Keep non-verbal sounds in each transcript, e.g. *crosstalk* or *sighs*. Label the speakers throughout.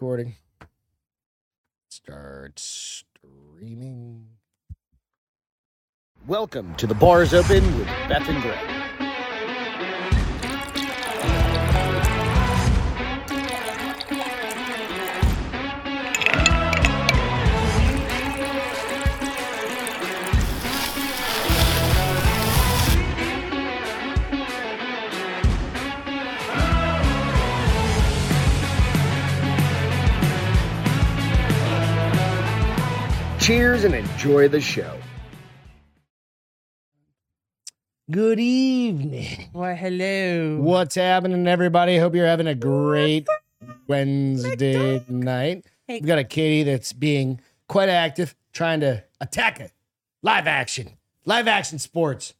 Speaker 1: recording. Start streaming.
Speaker 2: Welcome to the Bars Open with Beth and Greg. Cheers and enjoy the show.
Speaker 1: Good evening.
Speaker 3: Why, hello.
Speaker 1: What's happening, everybody? Hope you're having a great Wednesday night.
Speaker 3: Hey.
Speaker 1: We've got a kitty that's being quite active, trying to attack it. Live action. Live action sports.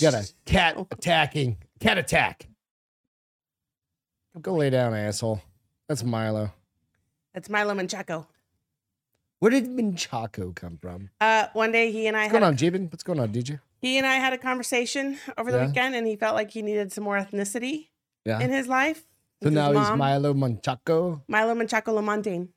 Speaker 1: We've got a cat attacking. Cat attack. Go lay down, asshole. That's Milo.
Speaker 3: That's Milo Manchaco.
Speaker 1: Where did Minchaco come from?
Speaker 3: Uh, one day he and I
Speaker 1: What's going
Speaker 3: had a,
Speaker 1: on, Jabin? What's going on, DJ?
Speaker 3: he and I had a conversation over the
Speaker 1: Yeah.
Speaker 3: weekend, and he felt like he needed some more ethnicity
Speaker 1: Yeah.
Speaker 3: in his life.
Speaker 1: So
Speaker 3: His
Speaker 1: now he's
Speaker 3: mom,
Speaker 1: Milo Manchaco.
Speaker 3: Milo Manchaco Lamontagne.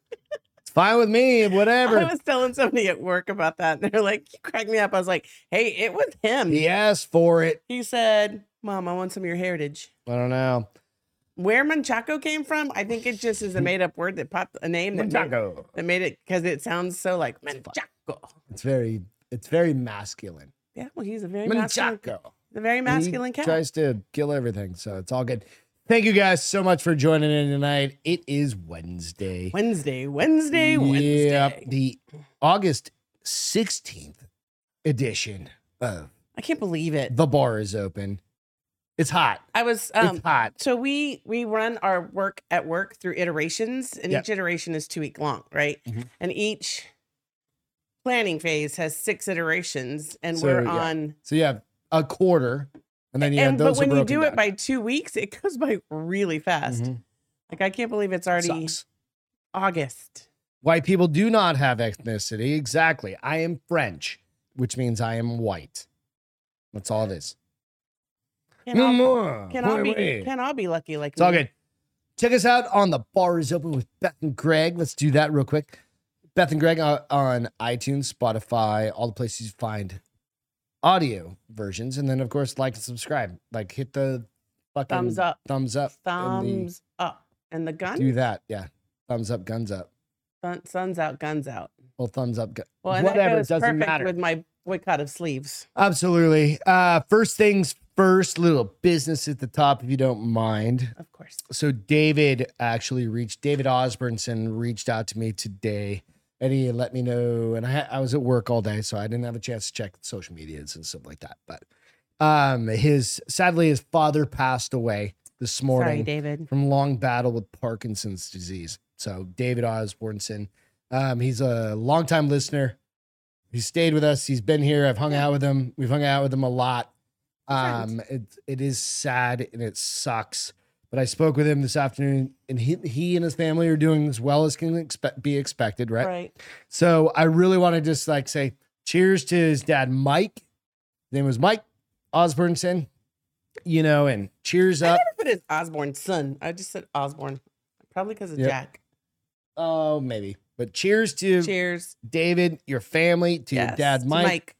Speaker 1: It's fine with me,
Speaker 3: I
Speaker 1: whatever.
Speaker 3: *laughs* was telling somebody at work about that, and they're like, "You cracked me up." I was like, "Hey, it was him."
Speaker 1: He asked for it.
Speaker 3: He said, "Mom, I want some of your heritage."
Speaker 1: I don't know.
Speaker 3: Where Manchaco came from, I think it just is a made up word that popped a name that made,
Speaker 1: Manchaco.
Speaker 3: that made it because it sounds so like
Speaker 1: It's fine.
Speaker 3: Manchaco.
Speaker 1: It's very, it's very masculine.
Speaker 3: Yeah, well, he's a very masculine,
Speaker 1: Manchaco.
Speaker 3: the very
Speaker 1: And he
Speaker 3: masculine cat.
Speaker 1: Tries to kill everything, so it's all good. Thank you guys so much for joining in tonight. It is Wednesday.
Speaker 3: Wednesday, Wednesday, Wednesday.
Speaker 1: Yep, the August 16th edition of
Speaker 3: I can't believe it.
Speaker 1: The Bar is Open. It's hot.
Speaker 3: I was um
Speaker 1: it's hot.
Speaker 3: so we we run our work at work through iterations and
Speaker 1: Yep.
Speaker 3: each iteration is 2 week long, right?
Speaker 1: Mhm.
Speaker 3: And each planning phase has 6 iterations and
Speaker 1: So,
Speaker 3: we're
Speaker 1: yeah.
Speaker 3: on
Speaker 1: So you have a quarter, and then you have
Speaker 3: and but
Speaker 1: those
Speaker 3: when
Speaker 1: are
Speaker 3: you
Speaker 1: broken
Speaker 3: do
Speaker 1: down.
Speaker 3: it by 2 weeks, it goes by really fast.
Speaker 1: Mhm.
Speaker 3: Like I can't believe it's already
Speaker 1: Sucks.
Speaker 3: August.
Speaker 1: White people do not have ethnicity. Exactly. I am French, which means I am white. That's all it is.
Speaker 3: Can
Speaker 1: No
Speaker 3: all,
Speaker 1: more.
Speaker 3: Can all
Speaker 1: Wait,
Speaker 3: be
Speaker 1: wait.
Speaker 3: can all be lucky like
Speaker 1: It's all
Speaker 3: me.
Speaker 1: good. Check us out on the bar is open with Beth and Greg. Let's do that real quick. Beth and Greg are on iTunes, Spotify, all the places you find audio versions, and then of course like and subscribe. Like hit the fucking
Speaker 3: Thumbs up.
Speaker 1: thumbs up, and the-
Speaker 3: Thumbs up. And the gun
Speaker 1: do that. Yeah, thumbs up, guns up.
Speaker 3: sun, sun's out, guns out.
Speaker 1: Well, thumbs up, gu-
Speaker 3: Well, and
Speaker 1: whatever.
Speaker 3: that
Speaker 1: It
Speaker 3: goes
Speaker 1: doesn't
Speaker 3: perfect
Speaker 1: matter.
Speaker 3: with my boycott of sleeves.
Speaker 1: Absolutely. Uh, first things first, little business at the top, if you don't mind.
Speaker 3: Of course.
Speaker 1: So David actually reached David Osbernson reached out to me today, and he let me know. And I ha- I was at work all day, so I didn't have a chance to check social medias and stuff like that. But um, his sadly his father passed away this
Speaker 3: Sorry,
Speaker 1: morning
Speaker 3: David.
Speaker 1: from long battle with Parkinson's disease. So David Osbornson, um, he's a longtime listener. He stayed with us. He's been here. I've hung out with him. We've hung out with him a lot. Um, it, it is sad and it sucks. But I spoke with him this afternoon, and he, he and his family are doing as well as can expect, be expected, right?
Speaker 3: Right.
Speaker 1: So I really want to just like say cheers to his dad, Mike. His name was Mike Osbornson, you know, and cheers
Speaker 3: I
Speaker 1: up.
Speaker 3: never put his Osborne son. I just said Osborne. Probably because of
Speaker 1: Yep.
Speaker 3: Jack.
Speaker 1: Oh, maybe. But cheers to
Speaker 3: Cheers.
Speaker 1: David, your family, to your
Speaker 3: Yes,
Speaker 1: dad,
Speaker 3: to
Speaker 1: Mike.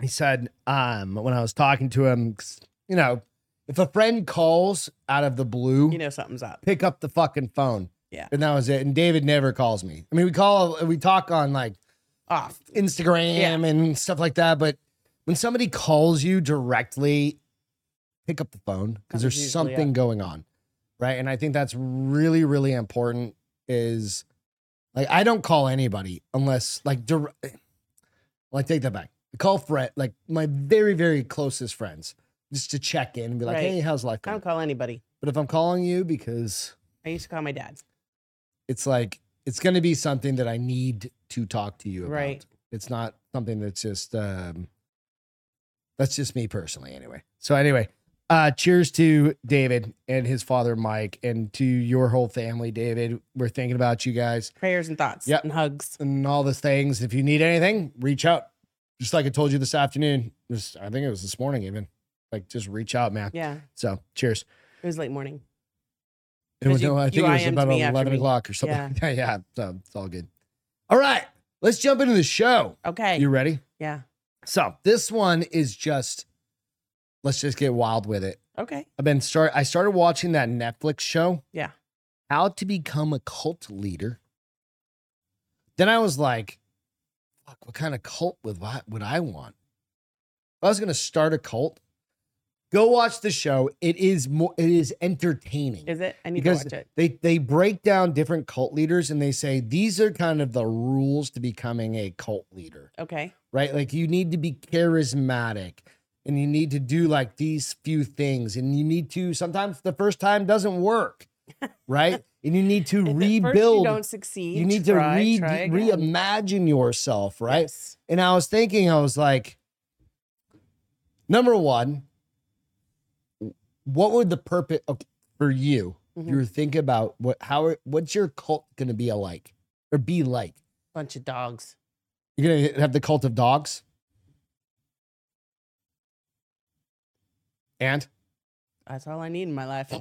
Speaker 1: He said, um, when I was talking to him, 'cause, you know, if a friend calls out of the blue,
Speaker 3: You know something's up.
Speaker 1: pick up the fucking phone.
Speaker 3: Yeah.
Speaker 1: And that was it. And David never calls me. I mean, we call, we talk on like
Speaker 3: Off.
Speaker 1: Instagram
Speaker 3: Yeah.
Speaker 1: and stuff like that. But when somebody calls you directly, pick up the phone because
Speaker 3: Something's
Speaker 1: there's
Speaker 3: usually
Speaker 1: something going on, right? And I think that's really, really important. Is like I don't call anybody unless like dir- well, I take that back. I call friend like my very, very closest friends just to check in and be like,
Speaker 3: Right.
Speaker 1: hey, how's life
Speaker 3: I
Speaker 1: going?
Speaker 3: don't call anybody.
Speaker 1: But if I'm calling you because
Speaker 3: I used to call my dad.
Speaker 1: it's like it's going to be something that I need to talk to you about.
Speaker 3: Right.
Speaker 1: It's not something that's just um that's just me personally anyway. So anyway, uh cheers to David and his father Mike and to your whole family David. We're thinking about you guys
Speaker 3: Prayers and thoughts
Speaker 1: Yep.
Speaker 3: and hugs.
Speaker 1: and all the things. If you need anything, reach out. Just like I told you this afternoon. Just, I think it was this morning even. Like just reach out, man.
Speaker 3: Yeah.
Speaker 1: So, cheers.
Speaker 3: It was late morning.
Speaker 1: It was,
Speaker 3: you-
Speaker 1: no, I
Speaker 3: you
Speaker 1: think it was
Speaker 3: IM'd
Speaker 1: about
Speaker 3: me after
Speaker 1: 11
Speaker 3: me.
Speaker 1: o'clock or something. Yeah. *laughs* yeah, so it's all good. All right, let's jump into the show.
Speaker 3: Okay.
Speaker 1: You ready?
Speaker 3: yeah.
Speaker 1: So this one is just, let's just get wild with it.
Speaker 3: Okay.
Speaker 1: I've been start. I started watching that Netflix show.
Speaker 3: Yeah.
Speaker 1: How to become a cult leader. Then I was like, "Fuck! What kind of cult would I, would I want? If I was gonna start a cult. Go watch the show. It is more. It is entertaining
Speaker 3: Is it? I need
Speaker 1: because
Speaker 3: to watch it.
Speaker 1: they they break down different cult leaders and they say these are kind of the rules to becoming a cult leader
Speaker 3: Okay.
Speaker 1: right? Like you need to be charismatic and you need to do like these few things and you need to sometimes the first time doesn't
Speaker 3: *laughs*
Speaker 1: work, right? and you need to
Speaker 3: If at first you
Speaker 1: rebuild. You,
Speaker 3: don't succeed.
Speaker 1: need to
Speaker 3: try,
Speaker 1: re-
Speaker 3: try again.
Speaker 1: reimagine yourself, right?
Speaker 3: Yes.
Speaker 1: And I was thinking, I was like, number one, what would the purpose of, for you?
Speaker 3: Mhm.
Speaker 1: You were thinking about what how are- what's your cult going to be alike or be like?
Speaker 3: Bunch of dogs.
Speaker 1: You're going to have the cult of dogs? And
Speaker 3: That's all I need in
Speaker 1: *coughs*
Speaker 3: my life.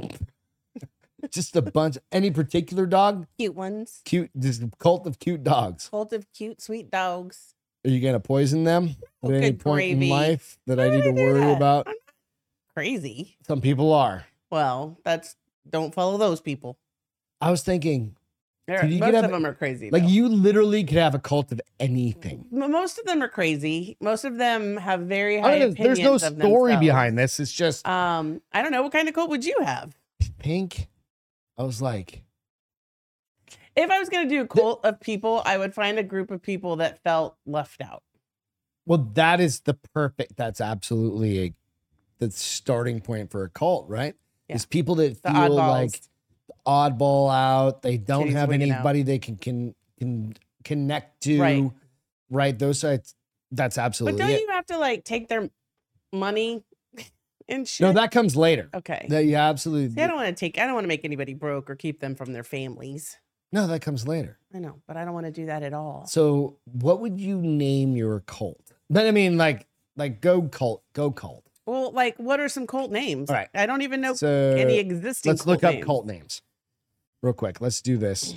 Speaker 1: just a bunch, any particular dog?
Speaker 3: cute ones.
Speaker 1: Cute, just a cult of cute dogs.
Speaker 3: Cult of cute, sweet dogs.
Speaker 1: Are you going to poison them
Speaker 3: *laughs*
Speaker 1: at any
Speaker 3: Good
Speaker 1: point in
Speaker 3: gravy.
Speaker 1: life that
Speaker 3: Why
Speaker 1: I
Speaker 3: would
Speaker 1: need to
Speaker 3: I do
Speaker 1: worry
Speaker 3: that?
Speaker 1: about?
Speaker 3: I'm Crazy.
Speaker 1: Some people are.
Speaker 3: Well, that's don't follow those people.
Speaker 1: I was thinking,
Speaker 3: They're,
Speaker 1: Did you
Speaker 3: most
Speaker 1: get up-
Speaker 3: of them are crazy.
Speaker 1: like,
Speaker 3: though.
Speaker 1: you literally could have a cult of anything.
Speaker 3: M- most of them are crazy. Most of them have very high
Speaker 1: I don't know,
Speaker 3: opinions.
Speaker 1: Oh, there's no
Speaker 3: of
Speaker 1: story
Speaker 3: themselves.
Speaker 1: behind this. It's just
Speaker 3: Um, I don't know what kind of cult would you have
Speaker 1: pink. I was like,
Speaker 3: if I was going to do a cult of people. I would find a group of people that felt left out.
Speaker 1: well, that is the perfect, that's absolutely a the starting point for a cult, right?
Speaker 3: Yeah.
Speaker 1: Is people that
Speaker 3: The
Speaker 1: feel
Speaker 3: oddballs.
Speaker 1: like oddball out. They don't
Speaker 3: Titties
Speaker 1: have
Speaker 3: wigging out.
Speaker 1: anybody they can can can connect to.
Speaker 3: Right.
Speaker 1: Right, Those sites. That's
Speaker 3: but
Speaker 1: absolutely
Speaker 3: don't
Speaker 1: it.
Speaker 3: you have to like take their money *laughs* and shit?
Speaker 1: no, that comes later.
Speaker 3: okay.
Speaker 1: That you absolutely.
Speaker 3: See, I don't want to take. I don't want to make anybody broke or keep them from their families.
Speaker 1: no, that comes later.
Speaker 3: I know, but I don't want to do that at all.
Speaker 1: So, what would you name your cult? But I mean, like, like go cult, go cult.
Speaker 3: Well, like, what are some cult names?
Speaker 1: All right.
Speaker 3: I don't even know
Speaker 1: so
Speaker 3: any existing.
Speaker 1: let's look up
Speaker 3: names.
Speaker 1: cult names real quick. Let's do this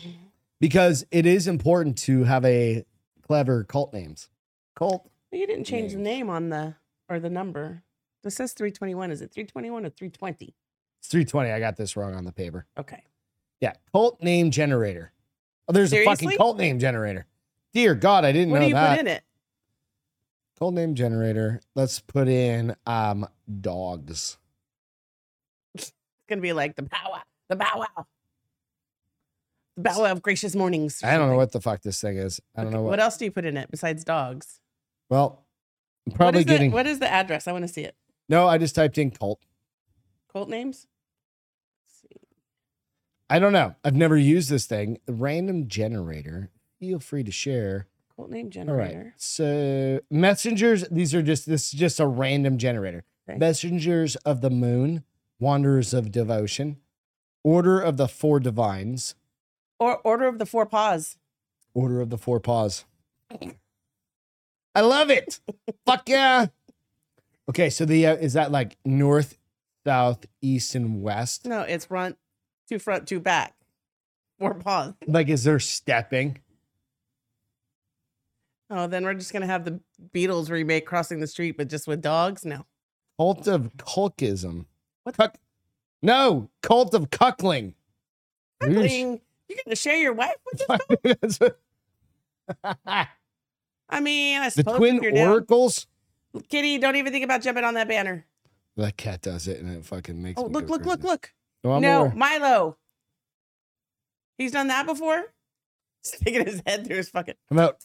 Speaker 1: because it is important to have a clever cult names. Cult.
Speaker 3: Well, you didn't change the
Speaker 1: names.
Speaker 3: name on the or the number. This says 321. Is it 321 or 320?
Speaker 1: It's three twenty. I got this wrong on the paper.
Speaker 3: Okay.
Speaker 1: Yeah, cult name generator. Oh, there's a fucking
Speaker 3: Seriously?
Speaker 1: cult name generator. Dear God, I didn't
Speaker 3: What
Speaker 1: know
Speaker 3: do you
Speaker 1: that.
Speaker 3: put in it?
Speaker 1: Cult name generator. Let's put in um dogs.
Speaker 3: It's gonna be like the bow wow, the bow wow, the bow wow of gracious mornings. or
Speaker 1: I don't know
Speaker 3: something.
Speaker 1: what the fuck this thing is. I don't
Speaker 3: Okay,
Speaker 1: know what.
Speaker 3: What else do you put in it besides dogs?
Speaker 1: well, I'm
Speaker 3: What
Speaker 1: probably
Speaker 3: is the-
Speaker 1: getting.
Speaker 3: what is the address? I want to see it.
Speaker 1: No, I just typed in cult.
Speaker 3: Cult names. Let's see.
Speaker 1: I don't know. I've never used this thing. Random generator. Feel free to share.
Speaker 3: Cult name
Speaker 1: All right.
Speaker 3: generator.
Speaker 1: So messengers, these are just this is just a random generator.
Speaker 3: Okay.
Speaker 1: Messengers of the moon, wanderers of devotion, order of the four divines,
Speaker 3: Or Order of the Four Paws.
Speaker 1: order of the four paws. I love
Speaker 3: *laughs*
Speaker 1: it. Fuck yeah. Okay, so the uh, is that like north, south, east, and west?
Speaker 3: No, it's front, two front, two back. Four paws.
Speaker 1: Like, is there stepping?
Speaker 3: Oh, then we're just gonna have the Beatles remake "Crossing the Street," but just with dogs. No,
Speaker 1: Cult of culkism.
Speaker 3: What the-
Speaker 1: Cuck- no, cult of cuckling. Oosh. *laughs*
Speaker 3: Cuckling. you're gonna share your wife with this?
Speaker 1: That's
Speaker 3: *laughs*
Speaker 1: what-
Speaker 3: I mean, I
Speaker 1: the
Speaker 3: suppose if you're
Speaker 1: twin
Speaker 3: down-
Speaker 1: oracles.
Speaker 3: Kitty, don't even think about jumping on that banner.
Speaker 1: That cat does it, and it fucking makes.
Speaker 3: Oh,
Speaker 1: me
Speaker 3: look,
Speaker 1: go
Speaker 3: look, look,
Speaker 1: crazy.
Speaker 3: look.
Speaker 1: No, I'm
Speaker 3: no,
Speaker 1: aware.
Speaker 3: Milo. He's done that before. *laughs* Sticking his head through his fucking.
Speaker 1: How about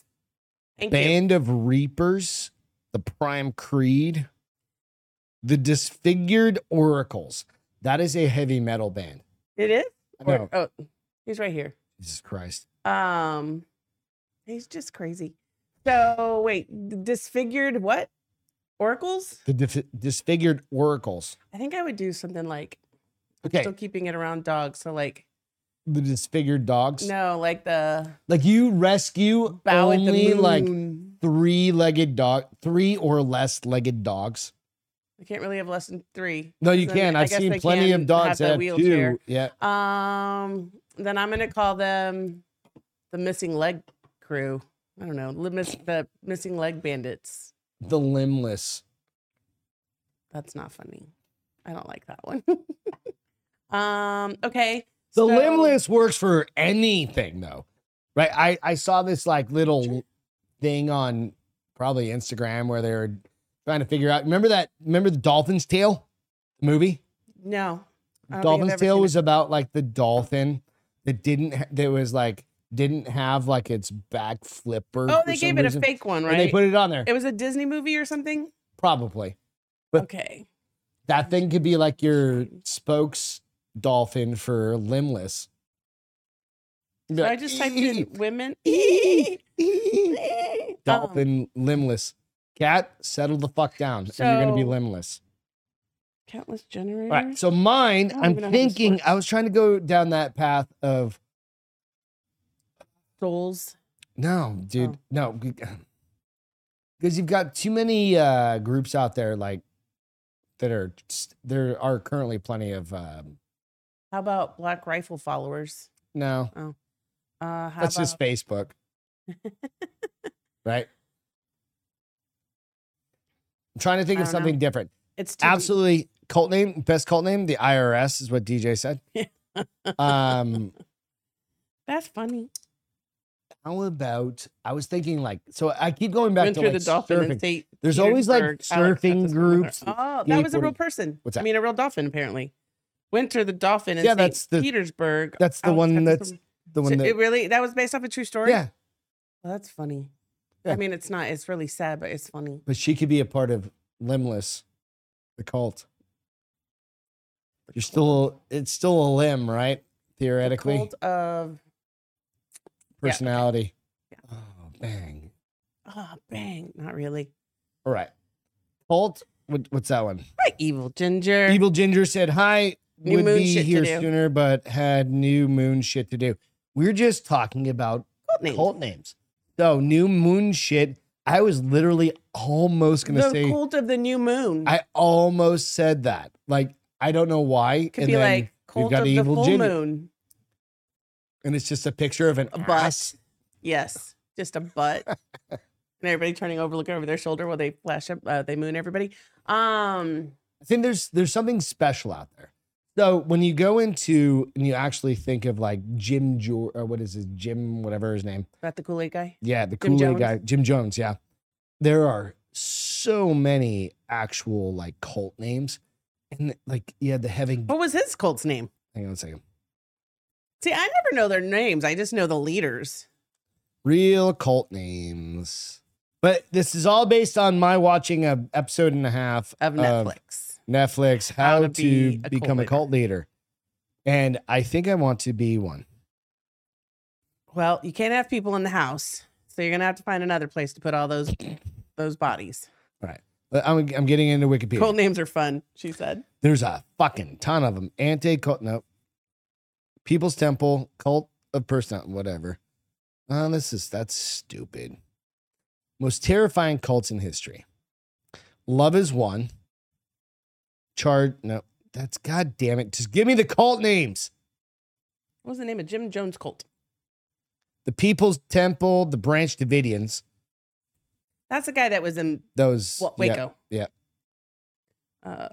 Speaker 3: Thank you.
Speaker 1: Band of Reapers, the Prime Creed, the Disfigured Oracles. That is a heavy metal band.
Speaker 3: It is.
Speaker 1: No,
Speaker 3: Or- oh, he's right here.
Speaker 1: Jesus Christ.
Speaker 3: Um, he's just crazy. So wait, d- disfigured what? Oracles?
Speaker 1: The dif- Disfigured Oracles.
Speaker 3: I think I would do something like
Speaker 1: Okay,
Speaker 3: still keeping it around dogs. So like
Speaker 1: the Disfigured Dogs.
Speaker 3: no, like the
Speaker 1: Like you rescue
Speaker 3: bow at the
Speaker 1: only
Speaker 3: moon.
Speaker 1: like three-legged dog, three or less legged dogs.
Speaker 3: I can't really have less than three.
Speaker 1: No, you
Speaker 3: So
Speaker 1: can.
Speaker 3: I
Speaker 1: I've
Speaker 3: guess
Speaker 1: seen
Speaker 3: they
Speaker 1: plenty
Speaker 3: can
Speaker 1: of dogs
Speaker 3: have that
Speaker 1: that have
Speaker 3: wheelchair.
Speaker 1: two. Yeah.
Speaker 3: Um, then I'm gonna call them the missing leg crew. I don't know, li- miss- the missing leg bandits.
Speaker 1: The limbless.
Speaker 3: That's not funny. I don't like that one. *laughs* um, okay.
Speaker 1: The
Speaker 3: so-
Speaker 1: limbless works for anything though. Right. I, I saw this like little thing on probably Instagram where they were trying to figure out. Remember that remember the Dolphin's Tale movie?
Speaker 3: No. I don't think I've
Speaker 1: Dolphin's
Speaker 3: ever
Speaker 1: Tale
Speaker 3: seen
Speaker 1: was about like the dolphin that didn't ha- that was like didn't have like its back flipper.
Speaker 3: it. Oh,
Speaker 1: for
Speaker 3: they
Speaker 1: some
Speaker 3: gave it
Speaker 1: reason,
Speaker 3: a fake one, right?
Speaker 1: And they put it on there.
Speaker 3: it was a Disney movie or something.
Speaker 1: Probably. But-
Speaker 3: okay.
Speaker 1: That thing could be like your spokes dolphin for limbless. You'd be
Speaker 3: So I
Speaker 1: like,
Speaker 3: just typed
Speaker 1: E!
Speaker 3: in women. *laughs* Um,
Speaker 1: dolphin limbless. Cat, settle the fuck down. or you're gonna be
Speaker 3: So-
Speaker 1: limbless.
Speaker 3: countless
Speaker 1: All
Speaker 3: generators.
Speaker 1: right. So mine,
Speaker 3: I
Speaker 1: I'm
Speaker 3: don't even know how this
Speaker 1: thinking
Speaker 3: works.
Speaker 1: I was trying to go down that path of
Speaker 3: Souls.
Speaker 1: No, dude,
Speaker 3: Oh.
Speaker 1: no, *sighs* because you've got too many uh, groups out there like that are just- there are currently plenty of um,
Speaker 3: How about Black Rifle followers?
Speaker 1: no,
Speaker 3: Uh, how
Speaker 1: that's
Speaker 3: about
Speaker 1: just Facebook, right? I'm trying
Speaker 3: *laughs*
Speaker 1: to think
Speaker 3: I
Speaker 1: of
Speaker 3: don't know.
Speaker 1: something different.
Speaker 3: it's too deep.
Speaker 1: Absolutely, cult name, best cult name, the IRS is what DJ said. um,
Speaker 3: *laughs* That's funny.
Speaker 1: how about I was thinking like so I keep going back
Speaker 3: Went
Speaker 1: to
Speaker 3: through
Speaker 1: like
Speaker 3: the dolphin
Speaker 1: surfing.
Speaker 3: and state.
Speaker 1: There's always, like,
Speaker 3: Petersburg. Alex
Speaker 1: surfing
Speaker 3: Hutchins brother.
Speaker 1: groups,
Speaker 3: Oh, that was a real
Speaker 1: skateboarding-
Speaker 3: person.
Speaker 1: What's
Speaker 3: I
Speaker 1: that?
Speaker 3: mean, a real dolphin apparently. Winter the dolphin in
Speaker 1: Yeah,
Speaker 3: St.
Speaker 1: that's the-
Speaker 3: Petersburg. Oh,
Speaker 1: that's the
Speaker 3: Alex
Speaker 1: one
Speaker 3: Hutchins
Speaker 1: that's-
Speaker 3: brother.
Speaker 1: the one
Speaker 3: So
Speaker 1: that
Speaker 3: it really that was based off a true story.
Speaker 1: yeah,
Speaker 3: Well, that's funny.
Speaker 1: Yeah.
Speaker 3: I mean, it's not. It's really sad, but it's funny.
Speaker 1: but she could be a part of Limbless, the cult. You're still it's still a limb, right?
Speaker 3: The
Speaker 1: Theoretically,
Speaker 3: cult of yeah, okay.
Speaker 1: personality.
Speaker 3: Yeah.
Speaker 1: Oh, bang!
Speaker 3: oh bang, not really.
Speaker 1: All right, cult. What, what's that one?
Speaker 3: Right, evil ginger.
Speaker 1: Evil Ginger said hi.
Speaker 3: New
Speaker 1: would
Speaker 3: moon
Speaker 1: be
Speaker 3: shit to
Speaker 1: here
Speaker 3: do.
Speaker 1: sooner, but had new moon shit to do. We're just talking about
Speaker 3: cult name.
Speaker 1: cult names. So new moon shit. I was literally almost gonna
Speaker 3: the
Speaker 1: say.
Speaker 3: cult of the new moon.
Speaker 1: I almost said that. Like I don't know why.
Speaker 3: could
Speaker 1: and
Speaker 3: be
Speaker 1: then-
Speaker 3: like cult
Speaker 1: got
Speaker 3: of the
Speaker 1: evil
Speaker 3: full
Speaker 1: ginger.
Speaker 3: moon.
Speaker 1: and it's just a picture of an
Speaker 3: A butt.
Speaker 1: ass.
Speaker 3: Yes, just
Speaker 1: *laughs*
Speaker 3: a butt. and everybody turning over, looking over their shoulder while they flash up, uh, they moon everybody. Um,
Speaker 1: I think there's there's something special out there. So when you go into and you actually think of like Jim jo- or what is his Jim whatever his name,
Speaker 3: that the Kool Aid guy.
Speaker 1: yeah, the
Speaker 3: Jim
Speaker 1: Kool Aid
Speaker 3: Jones?
Speaker 1: guy, Jim Jones, yeah. There are so many actual like cult names, and like you had the heaven.
Speaker 3: What was his cult's name?
Speaker 1: Hang on a second.
Speaker 3: See, I never know their names. I just know the leaders.
Speaker 1: real cult names. But this is all based on my watching a episode and a half
Speaker 3: of Netflix.
Speaker 1: Netflix, how,
Speaker 3: How
Speaker 1: to,
Speaker 3: to be a
Speaker 1: become a
Speaker 3: cult
Speaker 1: cult leader. And I think I want to be one.
Speaker 3: Well, you can't have people in the house, so you're gonna have to find another place to put all those those bodies.
Speaker 1: But I'm, I'm getting into Wikipedia.
Speaker 3: Cult names are fun, she said.
Speaker 1: There's a fucking ton of them. Ante cult, no. People's Temple, cult of person, whatever. Uh, this is that's stupid. Most terrifying cults in history. Love is one. Chard, no, that's god damn it. Just give me the cult names.
Speaker 3: What was the name of Jim Jones cult?
Speaker 1: The People's Temple, the Branch Davidians.
Speaker 3: That's the guy that was in
Speaker 1: Those
Speaker 3: what,
Speaker 1: yeah.
Speaker 3: Waco.
Speaker 1: yeah.
Speaker 3: Uh,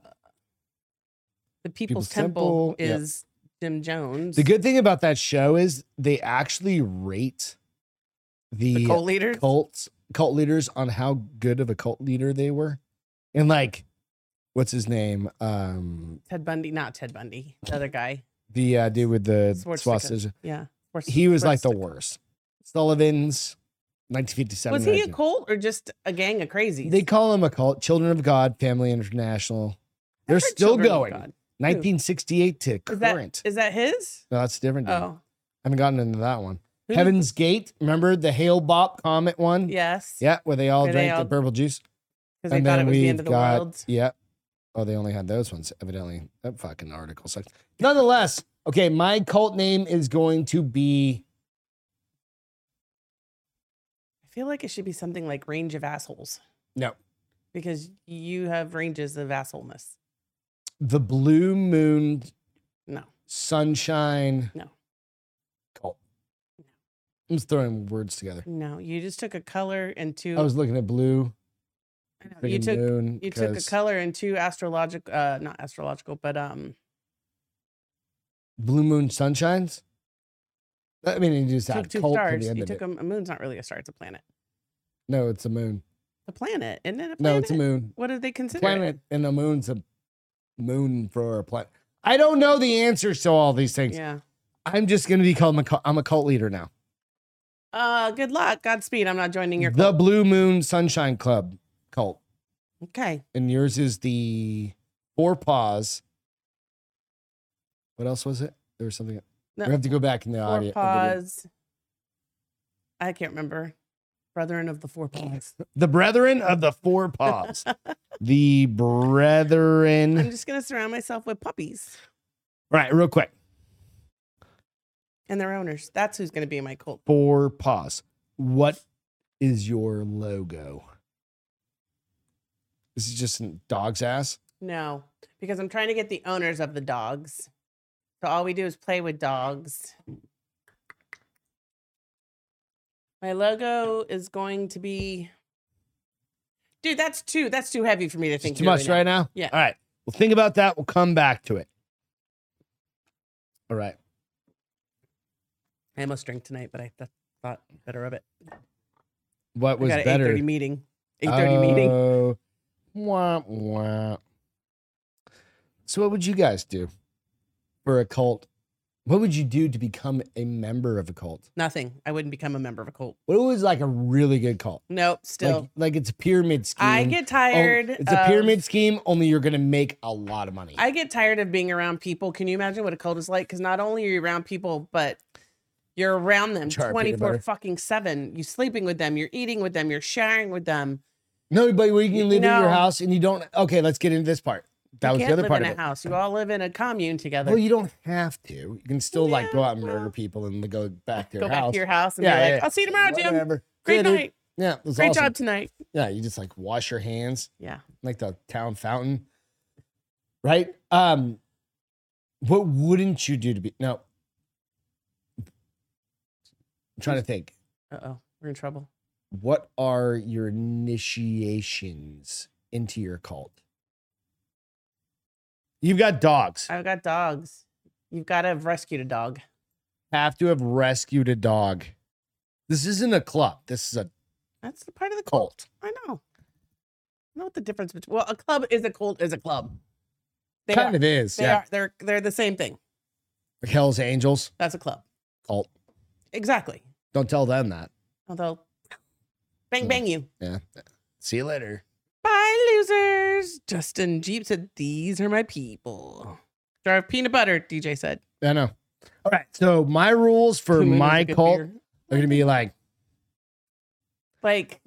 Speaker 3: the
Speaker 1: People's
Speaker 3: People's, Temple,
Speaker 1: Temple, yeah.
Speaker 3: is Jim Jones.
Speaker 1: The good thing about that show is they actually rate the,
Speaker 3: the cult leader.
Speaker 1: cults cult leaders on how good of a cult leader they were and like what's his name um
Speaker 3: Ted Bundy, not Ted Bundy, the other guy.
Speaker 1: the uh, dude with the
Speaker 3: Swastika.
Speaker 1: swastika
Speaker 3: Yeah. Or
Speaker 1: he was like the
Speaker 3: Swastika.
Speaker 1: worst sullivan's 1957
Speaker 3: Was he a
Speaker 1: Regiment.
Speaker 3: cult or just a gang of crazies?
Speaker 1: they call him a cult children of god family international they're
Speaker 3: I've heard
Speaker 1: still
Speaker 3: Children of
Speaker 1: going
Speaker 3: God.
Speaker 1: 1968 to
Speaker 3: Is that-
Speaker 1: current
Speaker 3: Is that his?
Speaker 1: no that's a different dude.
Speaker 3: Oh.
Speaker 1: i haven't gotten into that one
Speaker 3: Who-
Speaker 1: heaven's gate remember the hail bop comet one
Speaker 3: Yes.
Speaker 1: yeah where they all
Speaker 3: Where they
Speaker 1: drank
Speaker 3: all-
Speaker 1: the purple juice
Speaker 3: Because they thought it was the
Speaker 1: we've
Speaker 3: end of the world.
Speaker 1: Yeah. Oh, they only had those ones. Evidently, that fucking article sucks. Nonetheless, okay, my cult name is going to be
Speaker 3: I feel like it should be something like range of assholes.
Speaker 1: no.
Speaker 3: because you have ranges of assholeness.
Speaker 1: The blue moon
Speaker 3: No.
Speaker 1: sunshine.
Speaker 3: No.
Speaker 1: Cult. I'm just throwing words together.
Speaker 3: No, you just took a color and two.
Speaker 1: I was looking at blue.
Speaker 3: I know, you
Speaker 1: thinking
Speaker 3: took
Speaker 1: moon.
Speaker 3: you took a
Speaker 1: 'cause
Speaker 3: color and two astrological, uh, not astrological, but um,
Speaker 1: Blue moon sunshines. I mean, you just
Speaker 3: took
Speaker 1: had
Speaker 3: two
Speaker 1: cult to
Speaker 3: stars.
Speaker 1: the end
Speaker 3: You
Speaker 1: of
Speaker 3: took
Speaker 1: it.
Speaker 3: a, a moon's not really a star; it's a planet.
Speaker 1: No, it's a moon.
Speaker 3: A planet, isn't it? A planet?
Speaker 1: No, it's a moon.
Speaker 3: What did they consider? it?
Speaker 1: Planet and the moon's a moon for a planet. I don't know the answers to all these things.
Speaker 3: Yeah.
Speaker 1: I'm just gonna be called. I'm a cult- I'm a cult leader now.
Speaker 3: Uh, good luck. Godspeed. I'm not joining your
Speaker 1: the
Speaker 3: club.
Speaker 1: Blue Moon Sunshine Club cult,
Speaker 3: okay.
Speaker 1: and yours is the Four Paws. What else was it? There was something.
Speaker 3: No,
Speaker 1: we have to go back in the
Speaker 3: four
Speaker 1: audio.
Speaker 3: paws. I can't remember. Brethren of the four paws.
Speaker 1: The Brethren of the
Speaker 3: *laughs*
Speaker 1: Four Paws. the Brethren.
Speaker 3: I'm just gonna surround myself with puppies
Speaker 1: All right, real quick.
Speaker 3: and their owners. That's who's gonna be in my cult.
Speaker 1: Four Paws. What is your logo? This is just a dog's ass.
Speaker 3: No, because I'm trying to get the owners of the dogs. So all we do is play with dogs. My logo is going to be. Dude, that's too that's too heavy for me to
Speaker 1: It's
Speaker 3: think
Speaker 1: too
Speaker 3: through
Speaker 1: much right now.
Speaker 3: Yeah.
Speaker 1: All right. Well, think about that. We'll come back to it. All right.
Speaker 3: I almost drank tonight, but I th- thought better of it.
Speaker 1: What was
Speaker 3: I got an
Speaker 1: better?
Speaker 3: 8:30 meeting. 8:30 meeting.
Speaker 1: Oh, wah, wah. So, what would you guys do for a cult? What would you do to become a member of a cult?
Speaker 3: Nothing. I wouldn't become a member of a cult.
Speaker 1: What was like a really good cult?
Speaker 3: Nope. Still,
Speaker 1: Like, like it's a pyramid scheme.
Speaker 3: I get
Speaker 1: Oh,
Speaker 3: tired.
Speaker 1: It's a
Speaker 3: of-
Speaker 1: pyramid scheme, only you're going to make a lot of money.
Speaker 3: I get tired of being around people. Can you imagine what a cult is like? Because not only are you around people, but you're around them
Speaker 1: Char peanut
Speaker 3: 24
Speaker 1: butter.
Speaker 3: fucking 7. You're sleeping with them, you're eating with them, you're sharing with them.
Speaker 1: no, but we
Speaker 3: You
Speaker 1: can live in
Speaker 3: know-
Speaker 1: your house and you don't. Okay, let's get into this part. That
Speaker 3: you
Speaker 1: was
Speaker 3: can't
Speaker 1: the other
Speaker 3: live
Speaker 1: part
Speaker 3: in
Speaker 1: of it.
Speaker 3: a house. You all live in a commune together.
Speaker 1: Well, you don't have to. You can still like go
Speaker 3: Yeah,
Speaker 1: out and murder
Speaker 3: well.
Speaker 1: people and go back to
Speaker 3: Go
Speaker 1: your
Speaker 3: back
Speaker 1: house.
Speaker 3: to your house and
Speaker 1: Yeah,
Speaker 3: be like,
Speaker 1: yeah, yeah.
Speaker 3: I'll see you tomorrow, Jim.
Speaker 1: Whatever.
Speaker 3: Great
Speaker 1: Yeah, dude.
Speaker 3: night.
Speaker 1: Yeah, it was
Speaker 3: Great
Speaker 1: awesome.
Speaker 3: job tonight.
Speaker 1: Yeah, you just like wash your hands
Speaker 3: Yeah.
Speaker 1: like the town fountain, right? Um, what wouldn't you do to be no? I'm trying to think.
Speaker 3: Uh oh. We're in trouble.
Speaker 1: What are your initiations into your cult? You've got dogs.
Speaker 3: I've got dogs. You've got to have rescued a dog.
Speaker 1: Have to have rescued a dog. This isn't a club. This is a
Speaker 3: That's the part of the cult.
Speaker 1: cult.
Speaker 3: I know. I know what the difference between well, a club is a cult is a club. They
Speaker 1: kind
Speaker 3: are,
Speaker 1: of is.
Speaker 3: they
Speaker 1: yeah.
Speaker 3: are they're they're the same thing.
Speaker 1: Like Hell's Angels
Speaker 3: That's a club.
Speaker 1: cult.
Speaker 3: Exactly.
Speaker 1: Don't tell them that.
Speaker 3: Although bang
Speaker 1: Mm.
Speaker 3: bang you.
Speaker 1: See you later.
Speaker 3: Bye losers. Justin Jeep said these are my people. Jar of peanut butter, DJ said.
Speaker 1: I know. All right. So my rules for
Speaker 3: Two moons is
Speaker 1: my
Speaker 3: a good
Speaker 1: cult
Speaker 3: beer.
Speaker 1: are going to be like
Speaker 3: Like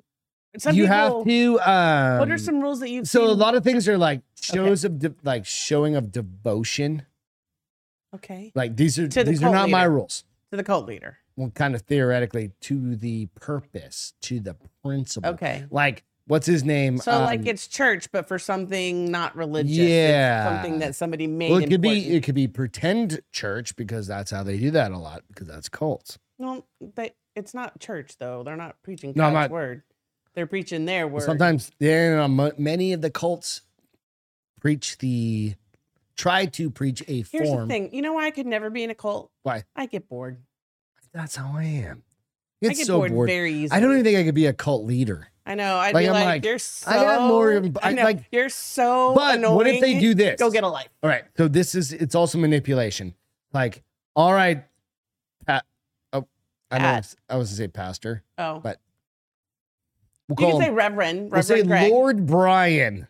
Speaker 3: some
Speaker 1: you
Speaker 3: people
Speaker 1: have to. Um,
Speaker 3: what are some rules that you've
Speaker 1: So a
Speaker 3: seen?
Speaker 1: lot of things are like shows of de- like showing of devotion.
Speaker 3: Okay.
Speaker 1: Like these are
Speaker 3: To the
Speaker 1: these are
Speaker 3: cult
Speaker 1: not my
Speaker 3: leader.
Speaker 1: rules.
Speaker 3: To the cult leader.
Speaker 1: Well, kind of theoretically to the purpose, to the principle.
Speaker 3: Okay.
Speaker 1: Like what's his name?
Speaker 3: So like
Speaker 1: Um,
Speaker 3: it's church, but for something not religious.
Speaker 1: Yeah.
Speaker 3: It's something that somebody made.
Speaker 1: well, it could be
Speaker 3: important.
Speaker 1: it could be pretend church because that's how they do that a lot because that's cults.
Speaker 3: No, but it's not church though. They're not preaching
Speaker 1: No, I'm
Speaker 3: God's
Speaker 1: not-
Speaker 3: word. They're preaching their word.
Speaker 1: Sometimes there are mo- many of the cults preach the try to preach a
Speaker 3: Here's
Speaker 1: form.
Speaker 3: the thing. You know why I could never be in a cult?
Speaker 1: Why?
Speaker 3: I get bored.
Speaker 1: That's how I am.
Speaker 3: I
Speaker 1: It's
Speaker 3: get
Speaker 1: so
Speaker 3: bored,
Speaker 1: bored.
Speaker 3: very easily.
Speaker 1: I don't even think I could be a cult leader.
Speaker 3: I know. I'd
Speaker 1: like,
Speaker 3: be
Speaker 1: I'm
Speaker 3: like,
Speaker 1: like,
Speaker 3: you're so.
Speaker 1: I got more im- I-
Speaker 3: know,
Speaker 1: like-
Speaker 3: you're so.
Speaker 1: but what if they
Speaker 3: annoying.
Speaker 1: do this?
Speaker 3: Go get a life.
Speaker 1: All right. So this is it's also manipulation. Like, all right, Pat. Oh, I know
Speaker 3: Pat.
Speaker 1: I was- I was gonna say pastor.
Speaker 3: Oh,
Speaker 1: But We'll
Speaker 3: you
Speaker 1: call
Speaker 3: can say
Speaker 1: him.
Speaker 3: Reverend.
Speaker 1: we'll say
Speaker 3: Reverend Greg.
Speaker 1: Lord Brian.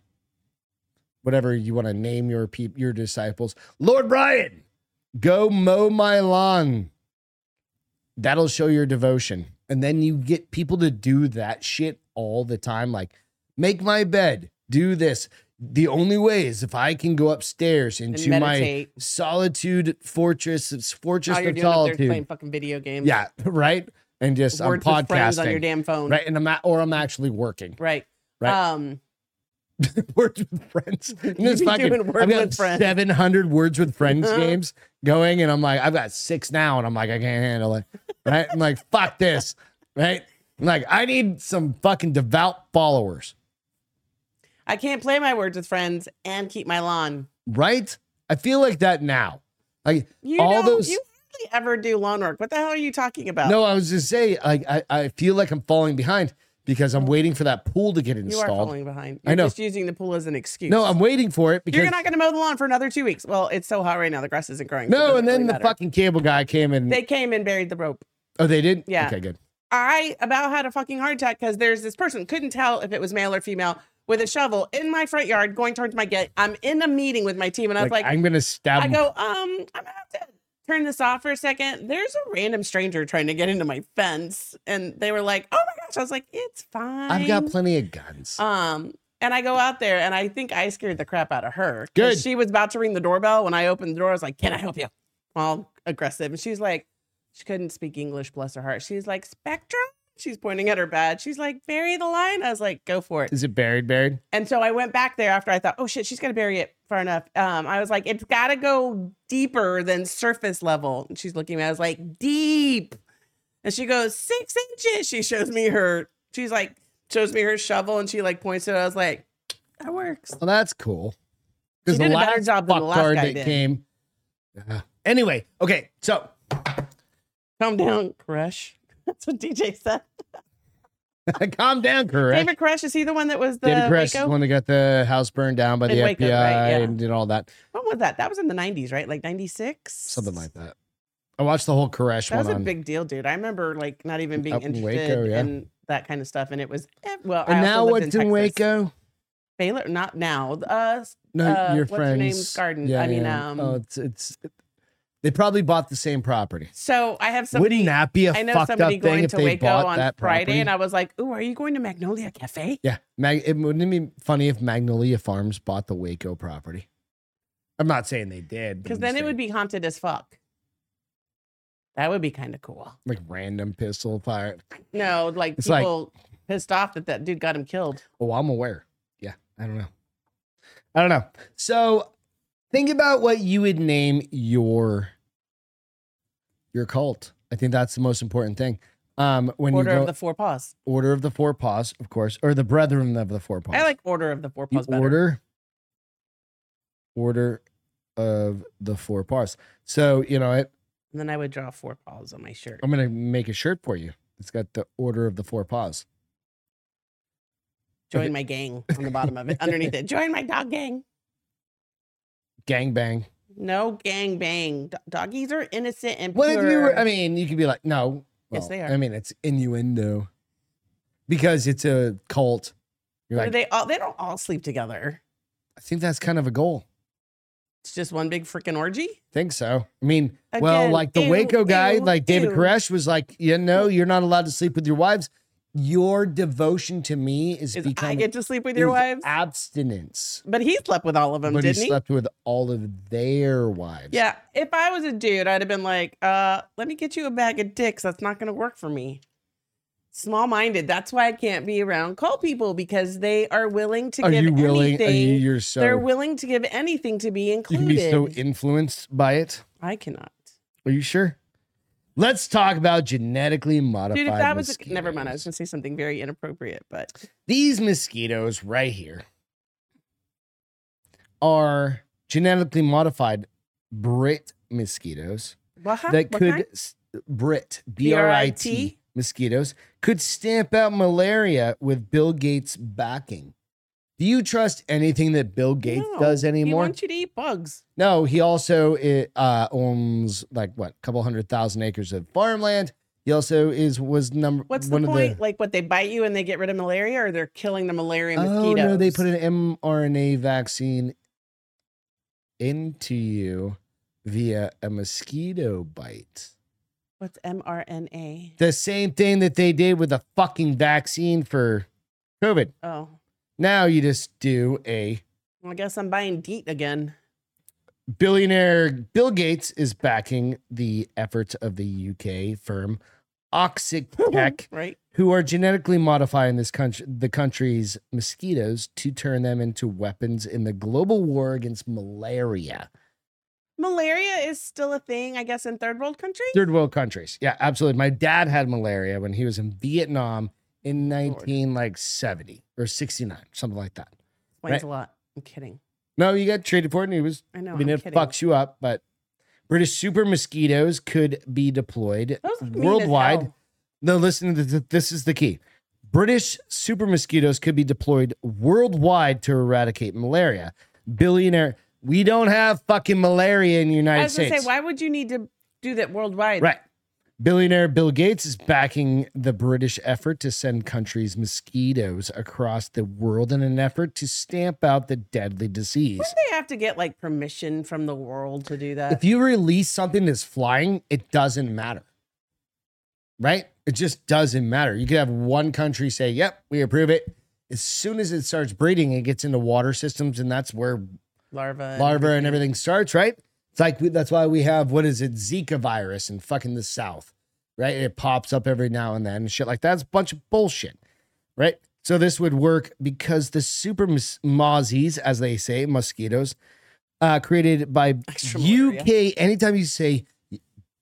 Speaker 1: Whatever you want to name your peop, your disciples, Lord Brian, go mow my lawn. That'll show your devotion, and then you get people to do that shit all the time. Like, make my bed, do this. The only way is if I can go upstairs
Speaker 3: and
Speaker 1: into my
Speaker 3: meditate.
Speaker 1: solitude fortress it's fortress
Speaker 3: All you're
Speaker 1: of
Speaker 3: doing up there is playing
Speaker 1: solitude
Speaker 3: fucking video games.
Speaker 1: yeah *laughs* right and just
Speaker 3: Words
Speaker 1: i'm
Speaker 3: with friends on your
Speaker 1: podcasting
Speaker 3: damn phone.
Speaker 1: right and i'm at, or i'm actually working *laughs*
Speaker 3: Right.
Speaker 1: Right.
Speaker 3: Um,
Speaker 1: words with
Speaker 3: *laughs*
Speaker 1: friends. And this
Speaker 3: be
Speaker 1: fucking,
Speaker 3: doing Word
Speaker 1: I've got
Speaker 3: with Friends.
Speaker 1: 700 words with
Speaker 3: *laughs*
Speaker 1: friends
Speaker 3: Uh-huh.
Speaker 1: games going, and I'm like, I've got six now, and I'm like, I can't handle it. Right? I'm like, fuck this. Right? I'm like, I need some fucking devout followers.
Speaker 3: I can't play my words with friends and keep my lawn.
Speaker 1: Right? I feel like that now. Like
Speaker 3: You
Speaker 1: all
Speaker 3: know,
Speaker 1: those.
Speaker 3: you hardly ever do lawn work. What the hell are you talking about?
Speaker 1: No, I was just saying, like, I, I feel like I'm falling behind because I'm waiting for that pool to get
Speaker 3: you are
Speaker 1: installed.
Speaker 3: falling behind.
Speaker 1: I
Speaker 3: You're
Speaker 1: know.
Speaker 3: just using the pool as an excuse.
Speaker 1: No, I'm waiting for it because
Speaker 3: You're not going to mow the lawn for another two weeks. Well, it's so hot right now. The grass isn't growing. so it
Speaker 1: no,
Speaker 3: doesn't
Speaker 1: and then
Speaker 3: really
Speaker 1: the
Speaker 3: matter.
Speaker 1: fucking cable guy came and
Speaker 3: They came and buried the rope.
Speaker 1: oh, they did.
Speaker 3: Yeah.
Speaker 1: Okay, good.
Speaker 3: I about had a fucking heart attack because there's this person couldn't tell if it was male or female with a shovel in my front yard going towards my gate. I'm in a meeting with my team and I was
Speaker 1: Like,
Speaker 3: like,
Speaker 1: I'm gonna stab.
Speaker 3: I
Speaker 1: him.
Speaker 3: go, um, I'm gonna have to turn this off for a second. There's a random stranger trying to get into my fence, and they were like, "Oh my gosh!" I was like, "It's fine."
Speaker 1: I've got plenty of guns.
Speaker 3: um, and I go out there, and I think I scared the crap out of her. 'cause
Speaker 1: Good.
Speaker 3: She was about to ring the doorbell when I opened the door. I was like, "Can I help you?" All aggressive, and she's like, she couldn't speak English. Bless her heart. She's like, "Spectrum." She's pointing at her bed. She's like, "Bury the line." I was like, "Go for it."
Speaker 1: Is it buried? Buried?
Speaker 3: And so I went back there after I thought, oh shit, she's gonna bury it far enough. Um, I was like, it's gotta go deeper than surface level. And she's looking at me, I was like, deep. And she goes, six inches. She shows me her, she's like, shows me her shovel and she like points to it. I was like, that works.
Speaker 1: Well, that's cool.
Speaker 3: She did a better job than the last
Speaker 1: fucktard
Speaker 3: guy
Speaker 1: that
Speaker 3: did.
Speaker 1: came. Yeah. anyway, okay, so *laughs*
Speaker 3: Calm down, Crush. *laughs* That's what DJ said.
Speaker 1: calm down, correct?
Speaker 3: David Crush, is he the one that was the
Speaker 1: David Koresh is the
Speaker 3: uh, Waco?
Speaker 1: one that got the house burned down by
Speaker 3: In
Speaker 1: the FBI
Speaker 3: Waco, right, yeah.
Speaker 1: and did all that,
Speaker 3: When was that? That was in the 90s, right? Like 96?
Speaker 1: something like that. I watched the whole Koresh
Speaker 3: That
Speaker 1: one
Speaker 3: was a
Speaker 1: on
Speaker 3: big deal, dude. I remember like not even being
Speaker 1: Up in Waco,
Speaker 3: interested
Speaker 1: yeah.
Speaker 3: in that kind of stuff, and it was eh, well. I
Speaker 1: And
Speaker 3: also
Speaker 1: now
Speaker 3: lived
Speaker 1: what's
Speaker 3: in,
Speaker 1: in,
Speaker 3: Texas.
Speaker 1: Waco?
Speaker 3: Baylor, not now. Uh,
Speaker 1: No,
Speaker 3: Uh,
Speaker 1: your
Speaker 3: what's her name's
Speaker 1: friend's
Speaker 3: garden? I mean, um,
Speaker 1: oh, it's it's. They probably bought the same property.
Speaker 3: so I have somebody.
Speaker 1: Wouldn't that be a
Speaker 3: I know
Speaker 1: fucked up
Speaker 3: somebody
Speaker 1: thing
Speaker 3: going
Speaker 1: if
Speaker 3: to
Speaker 1: they
Speaker 3: Waco
Speaker 1: bought
Speaker 3: on
Speaker 1: that
Speaker 3: Friday,
Speaker 1: property?
Speaker 3: and I was like, "Ooh, are you going to Magnolia Cafe?"
Speaker 1: yeah, Mag- it, wouldn't it be funny if Magnolia Farms bought the Waco property? I'm not saying they did, but
Speaker 3: Because
Speaker 1: I'm
Speaker 3: then it
Speaker 1: saying,
Speaker 3: would be haunted as fuck. That would be kind of cool.
Speaker 1: like random pistol fire.
Speaker 3: No, like
Speaker 1: It's like-
Speaker 3: people pissed off that that dude got him killed.
Speaker 1: Oh, I'm aware. Yeah, I don't know. I don't know. So think about what you would name your your cult. I think that's the most important thing. Um, when
Speaker 3: Order
Speaker 1: you go,
Speaker 3: of the Four Paws.
Speaker 1: Order of the Four Paws, of course, or the Brethren of the Four Paws.
Speaker 3: I like Order of the Four
Speaker 1: you
Speaker 3: Paws better.
Speaker 1: order order of the Four Paws. So you know, I,
Speaker 3: And then I would draw four paws on my shirt.
Speaker 1: I'm gonna make a shirt for you. It's got the Order of the Four Paws.
Speaker 3: Join my gang on the bottom of it. Underneath it, join my dog gang.
Speaker 1: Gang bang.
Speaker 3: No gang bang. Do- doggies are innocent and
Speaker 1: What
Speaker 3: pure.
Speaker 1: if you were? I mean, you could be like, no.
Speaker 3: Yes, they are.
Speaker 1: I mean, it's innuendo because it's a cult. You're
Speaker 3: What are
Speaker 1: like,
Speaker 3: they all they don't all sleep together.
Speaker 1: I think that's kind of a goal.
Speaker 3: It's just one big freaking orgy.
Speaker 1: Think so. I mean, well,
Speaker 3: Again,
Speaker 1: like the
Speaker 3: ew,
Speaker 1: Waco guy,
Speaker 3: ew,
Speaker 1: like David
Speaker 3: ew.
Speaker 1: Koresh was like, you know, you're not allowed to sleep with your wives. Your devotion to me is,
Speaker 3: Is I
Speaker 1: becoming
Speaker 3: get to sleep with your
Speaker 1: is
Speaker 3: wives.
Speaker 1: abstinence.
Speaker 3: but he slept with all of them,
Speaker 1: but he
Speaker 3: didn't he?
Speaker 1: slept with all of their wives.
Speaker 3: Yeah. If I was a dude, I'd have been like, uh, let me get you a bag of dicks. That's not gonna work for me. Small minded. That's why I can't be around cult people because they are willing to
Speaker 1: Are
Speaker 3: give
Speaker 1: you willing? Are
Speaker 3: anything.
Speaker 1: you, you're so
Speaker 3: They're willing to give anything to be
Speaker 1: you
Speaker 3: included.
Speaker 1: can be so influenced by it.
Speaker 3: I cannot.
Speaker 1: Are you sure? Let's talk about genetically modified.
Speaker 3: Dude, if that was a, never mind. I was
Speaker 1: mosquitoes.
Speaker 3: gonna say something very inappropriate, but
Speaker 1: These mosquitoes right here are genetically modified Brit mosquitoes
Speaker 3: What hap-
Speaker 1: that
Speaker 3: what
Speaker 1: could
Speaker 3: kind?
Speaker 1: s- Brit B R I T
Speaker 3: B.R.I.T.?
Speaker 1: mosquitoes could stamp out malaria with Bill Gates backing. Do you trust anything that Bill Gates
Speaker 3: No,
Speaker 1: does
Speaker 3: He
Speaker 1: anymore?
Speaker 3: wants you to eat bugs.
Speaker 1: No, he also i- uh, owns like what, a couple hundred thousand acres of farmland. He also is was number
Speaker 3: What's
Speaker 1: one
Speaker 3: the
Speaker 1: of
Speaker 3: point? Like, what they bite you and they get rid of malaria, or they're killing the malaria mosquitoes?
Speaker 1: Oh no, they put an mRNA vaccine into you via a mosquito bite.
Speaker 3: What's mRNA?
Speaker 1: The same thing that they did with a fucking vaccine for COVID.
Speaker 3: Oh,
Speaker 1: Now you just do a
Speaker 3: well, I guess I'm buying DEET again.
Speaker 1: billionaire Bill Gates is backing the efforts of the UK firm
Speaker 3: *laughs*
Speaker 1: Oxitec,
Speaker 3: right?
Speaker 1: who are genetically modifying this country, the country's mosquitoes to turn them into weapons in the global war against malaria.
Speaker 3: Malaria is still a thing, I guess, in third world countries.
Speaker 1: Third world countries. Yeah, absolutely. My dad had malaria when he was in Vietnam in nineteen like seventy or sixty nine, something like that. right.
Speaker 3: Explains a lot. I'm kidding.
Speaker 1: No, you got treated for it, and he was
Speaker 3: I know.
Speaker 1: I mean,
Speaker 3: am
Speaker 1: it
Speaker 3: kidding.
Speaker 1: fucks you up, but British super mosquitoes could be deployed
Speaker 3: Those are mean as
Speaker 1: worldwide.
Speaker 3: hell.
Speaker 1: No, listen, to th- this is the key. British super mosquitoes could be deployed worldwide to eradicate malaria. Billionaire, we don't have fucking malaria in the
Speaker 3: I
Speaker 1: United
Speaker 3: was gonna
Speaker 1: States.
Speaker 3: say, why would you need to do that worldwide?
Speaker 1: Right. Billionaire Bill Gates is backing the British effort to send countries mosquitoes across the world in an effort to stamp out the deadly disease.
Speaker 3: Don't They have to get like permission from the world to do that.
Speaker 1: if you release something that's flying, it doesn't matter. Right? It just doesn't matter. You could have one country say, yep, we approve it. As soon as it starts breeding, it gets into water systems, and that's where
Speaker 3: larva. and
Speaker 1: larva and everything starts, right? It's like we- that's why we have what is it, Zika virus in fucking the South, right? It pops up every now and then and shit like that. It's a bunch of bullshit, right? So this would work because the super mos- mozzies, as they say, mosquitoes, uh, created by
Speaker 3: Extra
Speaker 1: UK. Anytime you say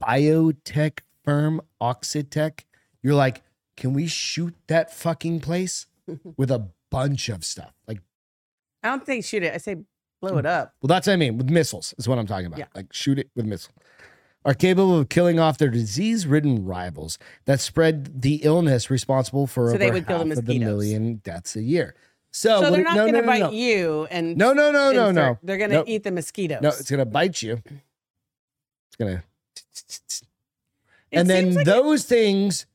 Speaker 1: biotech firm Oxitec, you're like, can we shoot that fucking
Speaker 3: *laughs*
Speaker 1: place with a bunch of stuff? Like
Speaker 3: I don't think shoot it. I say
Speaker 1: Mm.
Speaker 3: blow it up.
Speaker 1: well, that's what I mean with missiles is what I'm talking about.
Speaker 3: Yeah.
Speaker 1: Like shoot it with missile. Are capable of killing off their disease-ridden rivals that spread the illness responsible for
Speaker 3: So
Speaker 1: over
Speaker 3: they would kill the
Speaker 1: half of the
Speaker 3: mosquitoes.
Speaker 1: million deaths a year. So,
Speaker 3: so
Speaker 1: what-
Speaker 3: they're not
Speaker 1: no,
Speaker 3: gonna
Speaker 1: no, no,
Speaker 3: bite
Speaker 1: no.
Speaker 3: you and
Speaker 1: No, no, no, no, no.
Speaker 3: insert- They're gonna
Speaker 1: Nope.
Speaker 3: eat the mosquitoes.
Speaker 1: No, it's gonna bite you. It's gonna,
Speaker 3: It
Speaker 1: and then
Speaker 3: seems like
Speaker 1: those things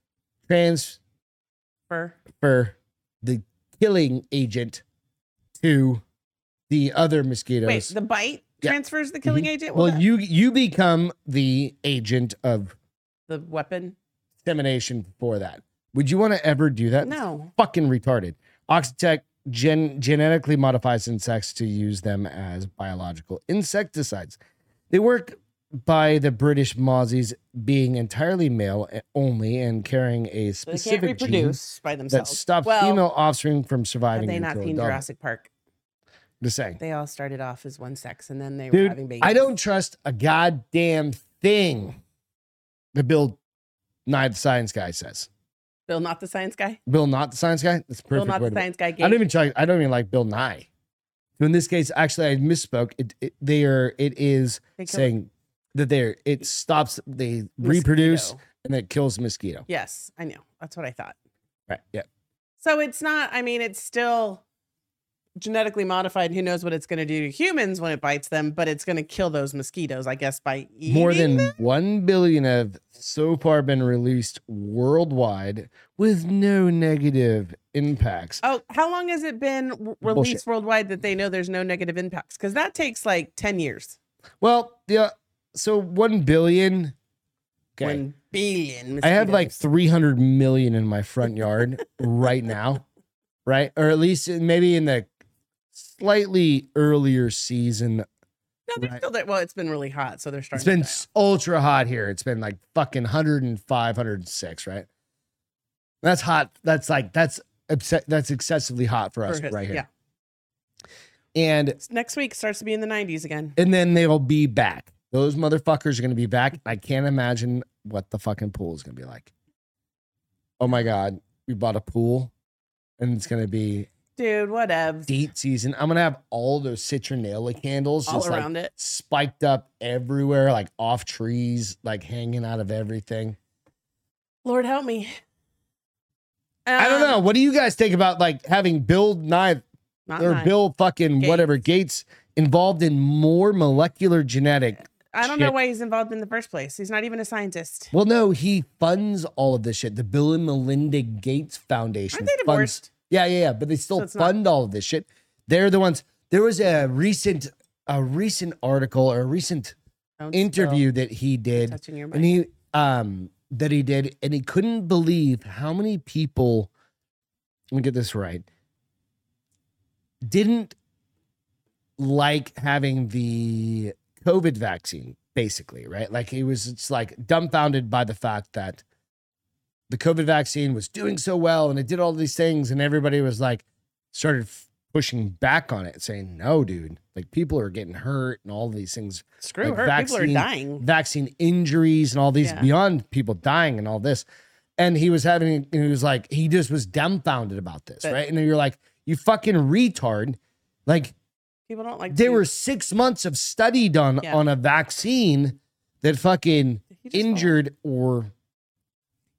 Speaker 1: transfer
Speaker 3: fur.
Speaker 1: the killing agent to the other mosquitoes.
Speaker 3: Wait, the bite
Speaker 1: Yeah. Mm-hmm.
Speaker 3: transfers the killing agent.
Speaker 1: well,
Speaker 3: that-
Speaker 1: you you become the agent of
Speaker 3: the weapon.
Speaker 1: dissemination for that. Would you want to ever do that?
Speaker 3: No,
Speaker 1: Fucking retarded. Oxitec gen- genetically modifies insects to use them as biological insecticides. They work by the British mozzies being entirely male eh, only and carrying a
Speaker 3: so they can't
Speaker 1: specific gene
Speaker 3: reproduce by
Speaker 1: that
Speaker 3: themselves.
Speaker 1: stops
Speaker 3: well,
Speaker 1: female offspring from surviving.
Speaker 3: have they not
Speaker 1: until
Speaker 3: seen
Speaker 1: adulthood.
Speaker 3: Jurassic Park?
Speaker 1: Just saying.
Speaker 3: They all started off as one sex, and then they were
Speaker 1: Dude,
Speaker 3: having babies.
Speaker 1: I don't trust a goddamn thing that Bill, not the science guy, says.
Speaker 3: Bill, not the science guy.
Speaker 1: Bill, not the science guy? That's a
Speaker 3: Bill,
Speaker 1: perfect.
Speaker 3: not
Speaker 1: way
Speaker 3: the
Speaker 1: to-
Speaker 3: science guy. Gave,
Speaker 1: I don't even try. I don't even like Bill Nye. So in this case, actually, I misspoke. It, it they are. It is
Speaker 3: they killed
Speaker 1: saying that they're. It stops. They
Speaker 3: a
Speaker 1: reproduce
Speaker 3: mosquito.
Speaker 1: and it kills the mosquito.
Speaker 3: Yes, I know. That's what I thought.
Speaker 1: Right. Yeah.
Speaker 3: So it's not. I mean, it's still genetically modified. Who knows what it's going to do to humans when it bites them? But it's going to kill those mosquitoes, I guess, by eating.
Speaker 1: More than one billion have so far been released worldwide with no negative impacts.
Speaker 3: Oh, how long has it been w- released
Speaker 1: Bullshit.
Speaker 3: worldwide that they know there's no negative impacts? Because that takes like ten years.
Speaker 1: Well, yeah. So one billion. Okay.
Speaker 3: One billion. Mosquitoes.
Speaker 1: I have like 300 million in my front yard right now, right? Or at least in- maybe in the slightly earlier season.
Speaker 3: no, they're
Speaker 1: right.
Speaker 3: still there. Well, it's been really hot, so they're
Speaker 1: It's
Speaker 3: starting.
Speaker 1: been
Speaker 3: to
Speaker 1: s- ultra hot here. It's been like fucking 105, 106, right? That's hot. That's like, that's upset. That's excessively hot for
Speaker 3: die.
Speaker 1: us
Speaker 3: Or-
Speaker 1: right
Speaker 3: Yeah.
Speaker 1: here. And
Speaker 3: Next week starts to be in the 90s again.
Speaker 1: and then they'll be back. Those motherfuckers are gonna be back. I can't imagine what the fucking pool is gonna be like. Oh my god, we bought a pool, and it's gonna be
Speaker 3: Dude, whatevs.
Speaker 1: date season. I'm gonna have all those citronella candles
Speaker 3: All
Speaker 1: just like
Speaker 3: around it.
Speaker 1: spiked up everywhere, like off trees, like hanging out of everything.
Speaker 3: Lord help me.
Speaker 1: I don't
Speaker 3: Um,
Speaker 1: know. What do you guys think about like having Bill Nye
Speaker 3: not
Speaker 1: or
Speaker 3: mine.
Speaker 1: Bill fucking
Speaker 3: Gates.
Speaker 1: whatever Gates involved in more molecular genetic
Speaker 3: I don't know
Speaker 1: shit.
Speaker 3: why he's involved in the first place. He's not even a scientist.
Speaker 1: Well, no, he funds all of this shit. The Bill and Melinda Gates Foundation.
Speaker 3: Aren't they
Speaker 1: funds-
Speaker 3: divorced?
Speaker 1: yeah, yeah, yeah. But they
Speaker 3: So
Speaker 1: still
Speaker 3: it's not-
Speaker 1: fund all of this shit. They're the ones. There was a recent, a recent article or a recent
Speaker 3: Don't spill.
Speaker 1: interview that he did,
Speaker 3: Touching your
Speaker 1: and
Speaker 3: mic.
Speaker 1: he um that he did, and he couldn't believe how many people. Let me get this right. Didn't like having the COVID vaccine, basically, right? Like he was just like dumbfounded by the fact that the COVID vaccine was doing so well and it did all these things, and everybody was like, started f- pushing back on it, saying, no, dude, like people are getting hurt and all these things
Speaker 3: Screw
Speaker 1: Like
Speaker 3: her.
Speaker 1: vaccine-
Speaker 3: People are dying.
Speaker 1: vaccine injuries and all these
Speaker 3: Yeah.
Speaker 1: beyond people dying and all this. And he was having, and he was like, he just was dumbfounded about this,
Speaker 3: But-
Speaker 1: right? And then you're like, you fucking retard. Like
Speaker 3: People don't like.
Speaker 1: there
Speaker 3: to-
Speaker 1: were six months of study done
Speaker 3: Yeah.
Speaker 1: on a vaccine that fucking
Speaker 3: He just won't.
Speaker 1: injured or